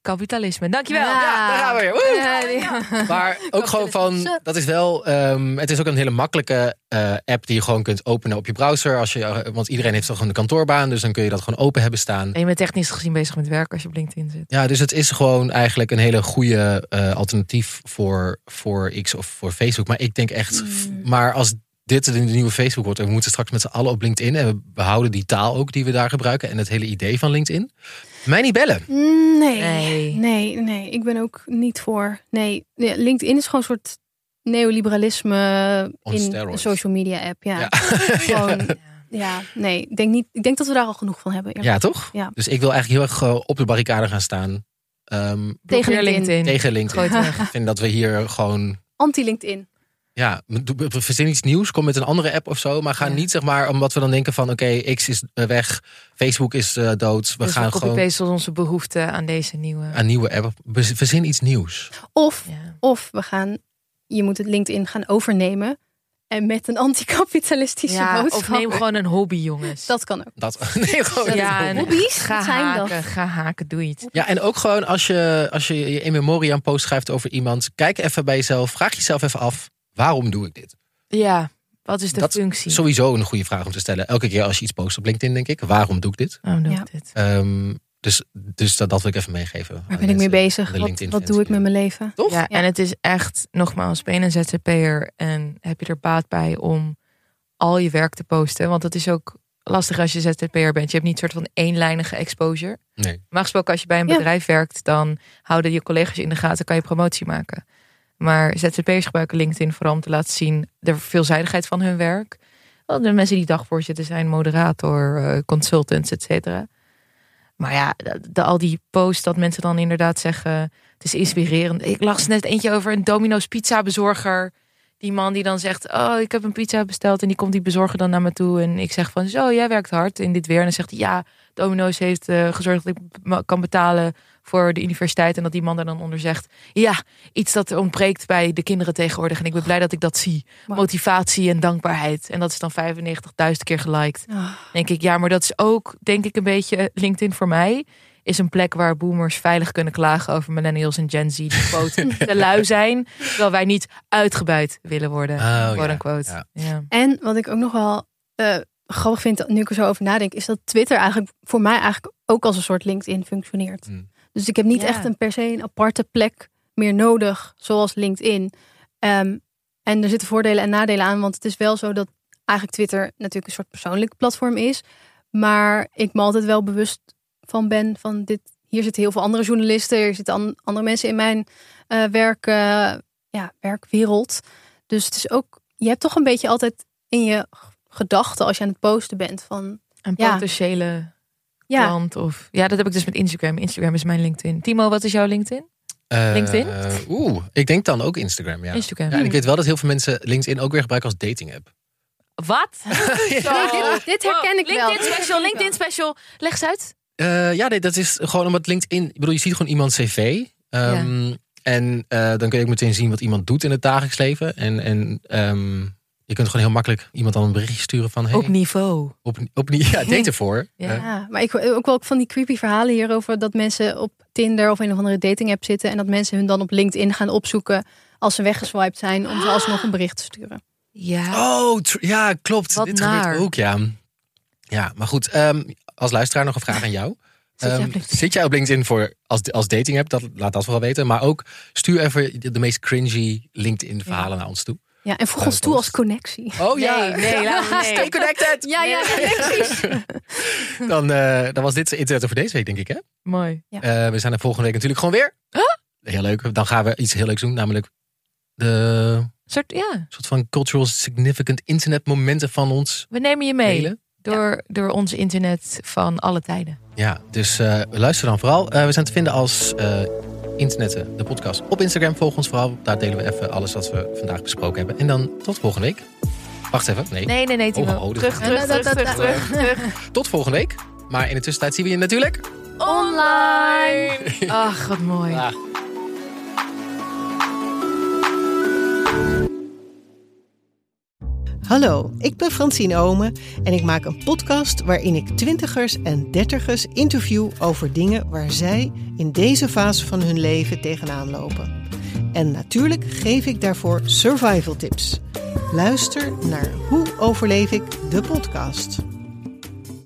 Speaker 4: kapitalisme. Dankjewel.
Speaker 3: Ja.
Speaker 5: Ja, daar gaan we weer. Woe!
Speaker 3: Ja, die-
Speaker 5: Maar ook gewoon van, dat is wel, ehm, het is ook een hele makkelijke eh, app die je gewoon kunt openen op je browser. Als je, eh, want iedereen heeft toch een kantoorbaan, dus dan kun je dat gewoon open hebben staan.
Speaker 4: En je bent technisch gezien bezig met werk als je op LinkedIn zit.
Speaker 5: Ja, dus het is gewoon eigenlijk een hele goede eh, alternatief voor, voor X of voor Facebook. Maar ik denk echt, f- maar als dit de nieuwe Facebook wordt en we moeten straks met z'n allen op LinkedIn en we behouden die taal ook die we daar gebruiken en het hele idee van LinkedIn, mij niet bellen.
Speaker 3: Nee.
Speaker 4: Nee.
Speaker 3: nee. Nee, Ik ben ook niet voor. Nee. Ja, LinkedIn is gewoon een soort neoliberalisme
Speaker 5: On
Speaker 3: in een
Speaker 5: steroids.
Speaker 3: social media app. Ja.
Speaker 5: Ja.
Speaker 3: Gewoon, ja. Nee. Ik denk, niet, ik denk dat we daar al genoeg van hebben.
Speaker 5: Ja, toch?
Speaker 3: Ja.
Speaker 5: Dus ik wil eigenlijk heel erg eh, op de barricade gaan staan. ehm,
Speaker 3: Tegen
Speaker 4: Blokkeer
Speaker 3: LinkedIn.
Speaker 5: tegen LinkedIn.
Speaker 4: Mm. Gooi het
Speaker 5: Ik vind dat we hier gewoon
Speaker 3: Anti-LinkedIn.
Speaker 5: Ja, doe- doe- verzin iets nieuws, kom met een andere app of zo. Maar ga niet zeg maar, omdat we dan denken van oké, X is eh, weg, Facebook is eh, dood. We
Speaker 4: dus
Speaker 5: gaan
Speaker 4: we
Speaker 5: gewoon
Speaker 4: copy-paste onze behoefte aan deze nieuwe.
Speaker 5: een nieuwe app. op- bez- Verzin iets nieuws.
Speaker 3: Of, of we gaan, je moet het LinkedIn gaan overnemen. En met een anticapitalistische
Speaker 4: Ja,
Speaker 3: boodschap.
Speaker 4: of neem gewoon een hobby, jongens.
Speaker 3: Dat kan ook.
Speaker 5: Dat, nee, gewoon
Speaker 4: ja, en
Speaker 3: Hobby's?
Speaker 4: Ga
Speaker 3: Wat zijn dat?
Speaker 4: haken, ga haken, doe iets.
Speaker 5: Ja, en ook gewoon als je, als je je in memoriam post schrijft over iemand, kijk even bij jezelf, vraag jezelf even af, waarom doe ik dit?
Speaker 4: Ja, wat is de
Speaker 5: Dat-
Speaker 4: functie?
Speaker 5: Sowieso een goede vraag om te stellen. Elke keer als je iets post op LinkedIn, denk ik, waarom doe ik dit?
Speaker 4: Waarom doe
Speaker 3: Ja.
Speaker 4: ik dit?
Speaker 5: Ehm, dus dus dat, dat wil ik even meegeven.
Speaker 3: Waar ben ik mee bezig?
Speaker 5: de
Speaker 3: Wat,
Speaker 5: LinkedIn
Speaker 3: wat doe ik met mijn leven?
Speaker 5: Toch?
Speaker 4: Ja, en het is echt, nogmaals, ben je een ZZP'er en heb je er baat bij om al je werk te posten? Want dat is ook lastig als je ZZP'er bent. Je hebt niet soort van eenlijnige exposure.
Speaker 5: Nee.
Speaker 4: Maar gesproken, als je bij een
Speaker 3: Ja.
Speaker 4: bedrijf werkt, dan houden je collega's je in de gaten, kan je promotie maken. Maar ZZP'ers gebruiken LinkedIn vooral om te laten zien de veelzijdigheid van hun werk. Wel, De mensen die dagvoorzitter zijn, moderator, eh, consultants, et cetera. Maar ja, de, de- al die posts dat mensen dan inderdaad zeggen, het is inspirerend. Ik las net eentje over een Domino's pizza bezorger. Die man die dan zegt, oh, ik heb een pizza besteld en die komt die bezorger dan naar me toe. En ik zeg van, zo, jij werkt hard in dit weer. En dan zegt hij, ja, Domino's heeft eh, gezorgd dat ik me kan betalen voor de universiteit. En dat die man daar dan onder zegt, ja, iets dat er ontbreekt bij de kinderen tegenwoordig. En ik ben blij dat ik dat zie. Motivatie en dankbaarheid. En dat is dan 95.000 keer geliked.
Speaker 3: Ah.
Speaker 4: Denk ik, ja, maar dat is ook, denk ik, een beetje LinkedIn voor mij. Is een plek waar boomers veilig kunnen klagen over millennials en Gen Z. Die quote te lui zijn. Terwijl wij niet uitgebuit willen worden.
Speaker 5: Oh,
Speaker 4: quote
Speaker 5: ja,
Speaker 4: unquote.
Speaker 5: ja.
Speaker 4: Ja.
Speaker 3: En wat ik ook nog wel eh, grappig vind, nu ik er zo over nadenk, is dat Twitter eigenlijk voor mij eigenlijk ook als een soort LinkedIn functioneert.
Speaker 5: Hmm.
Speaker 3: Dus ik heb niet
Speaker 4: Ja.
Speaker 3: echt een per se een aparte plek meer nodig, zoals LinkedIn. Ehm, en er zitten voordelen en nadelen aan, want het is wel zo dat eigenlijk Twitter natuurlijk een soort persoonlijk platform is. Maar ik me altijd wel bewust van ben van dit. Hier zitten heel veel andere journalisten, hier zitten an- andere mensen in mijn eh, werk, eh, ja, werkwereld. Dus het is ook, je hebt toch een beetje altijd in je g- gedachten als je aan het posten bent van
Speaker 4: Een
Speaker 3: Ja.
Speaker 4: potentiële
Speaker 3: ja,
Speaker 4: klant. Of, ja, dat heb ik dus met Instagram. Instagram is mijn LinkedIn. Timo, wat is jouw LinkedIn?
Speaker 5: Eh,
Speaker 4: LinkedIn?
Speaker 5: Oeh, ik denk dan ook Instagram, ja.
Speaker 4: Instagram.
Speaker 5: Ja, en ik weet wel dat heel veel mensen LinkedIn ook weer gebruiken als dating app.
Speaker 4: Wat?
Speaker 3: dit, dit herken ik wel.
Speaker 4: LinkedIn special, LinkedIn special. Leg eens uit.
Speaker 5: Eh, ja, nee, dat is gewoon omdat LinkedIn... Ik bedoel, je ziet gewoon iemands cv. ehm, En eh, dan kun je ook meteen zien wat iemand doet in het dagelijks leven. En, en ehm, je kunt gewoon heel makkelijk iemand dan een berichtje sturen van... Hey,
Speaker 4: Op niveau.
Speaker 5: op, op, ja, date ervoor.
Speaker 4: Ja.
Speaker 5: Eh,
Speaker 3: Ja, maar ik ook wel van die creepy verhalen hierover dat mensen op Tinder of een of andere dating app zitten en dat mensen hun dan op LinkedIn gaan opzoeken als ze weggeswiped zijn om ze alsnog een bericht te sturen.
Speaker 4: Ja.
Speaker 5: Oh, tr- ja, klopt.
Speaker 4: Wat
Speaker 5: Dit
Speaker 4: naar.
Speaker 5: gebeurt ook, ja. Ja, maar goed. ehm, als luisteraar nog een vraag aan jou.
Speaker 4: Zit jij op
Speaker 5: Ehm,
Speaker 4: LinkedIn?
Speaker 5: zit jij op LinkedIn voor als, als dating app? Dat, laat dat vooral weten. Maar ook stuur even de, de meest cringy LinkedIn verhalen naar ons toe.
Speaker 3: Ja, en vroeg
Speaker 5: Ja,
Speaker 3: ons
Speaker 5: dat
Speaker 3: toe
Speaker 5: was-
Speaker 3: als connectie.
Speaker 5: Oh ja,
Speaker 4: Nee, nee, laat me- nee.
Speaker 5: Stay connected.
Speaker 3: Ja, ja, precies.
Speaker 5: Dan, eh, dan was dit internet over deze week, denk ik. Hè?
Speaker 4: Mooi.
Speaker 5: Eh, we zijn er volgende week natuurlijk gewoon weer. Heel leuk. Dan gaan we iets heel leuks doen. Namelijk de
Speaker 4: Soort, ja,
Speaker 5: soort van cultural significant internet momenten van ons.
Speaker 4: we nemen je mee
Speaker 5: Delen.
Speaker 4: door, door ons internet van alle tijden.
Speaker 5: Ja, dus eh, luister dan vooral. Eh, we zijn te vinden als eh internetten, de podcast op Instagram. Volg ons vooral. Daar delen we even alles wat we vandaag besproken hebben. En dan tot volgende week. Wacht even. Nee.
Speaker 4: Nee, nee, nee, Timo.
Speaker 5: Oh, oh, dit-
Speaker 4: terug, terug, terug, terug, terug, terug.
Speaker 5: Tot volgende week. Maar in de tussentijd zien we je natuurlijk.
Speaker 4: Online. Ach, wat mooi.
Speaker 5: Ah.
Speaker 13: Hallo, ik ben Francine Omen en ik maak een podcast waarin ik twintigers en dertigers interview over dingen waar zij in deze fase van hun leven tegenaan lopen. En natuurlijk geef ik daarvoor survival tips. Luister naar Hoe overleef ik de podcast.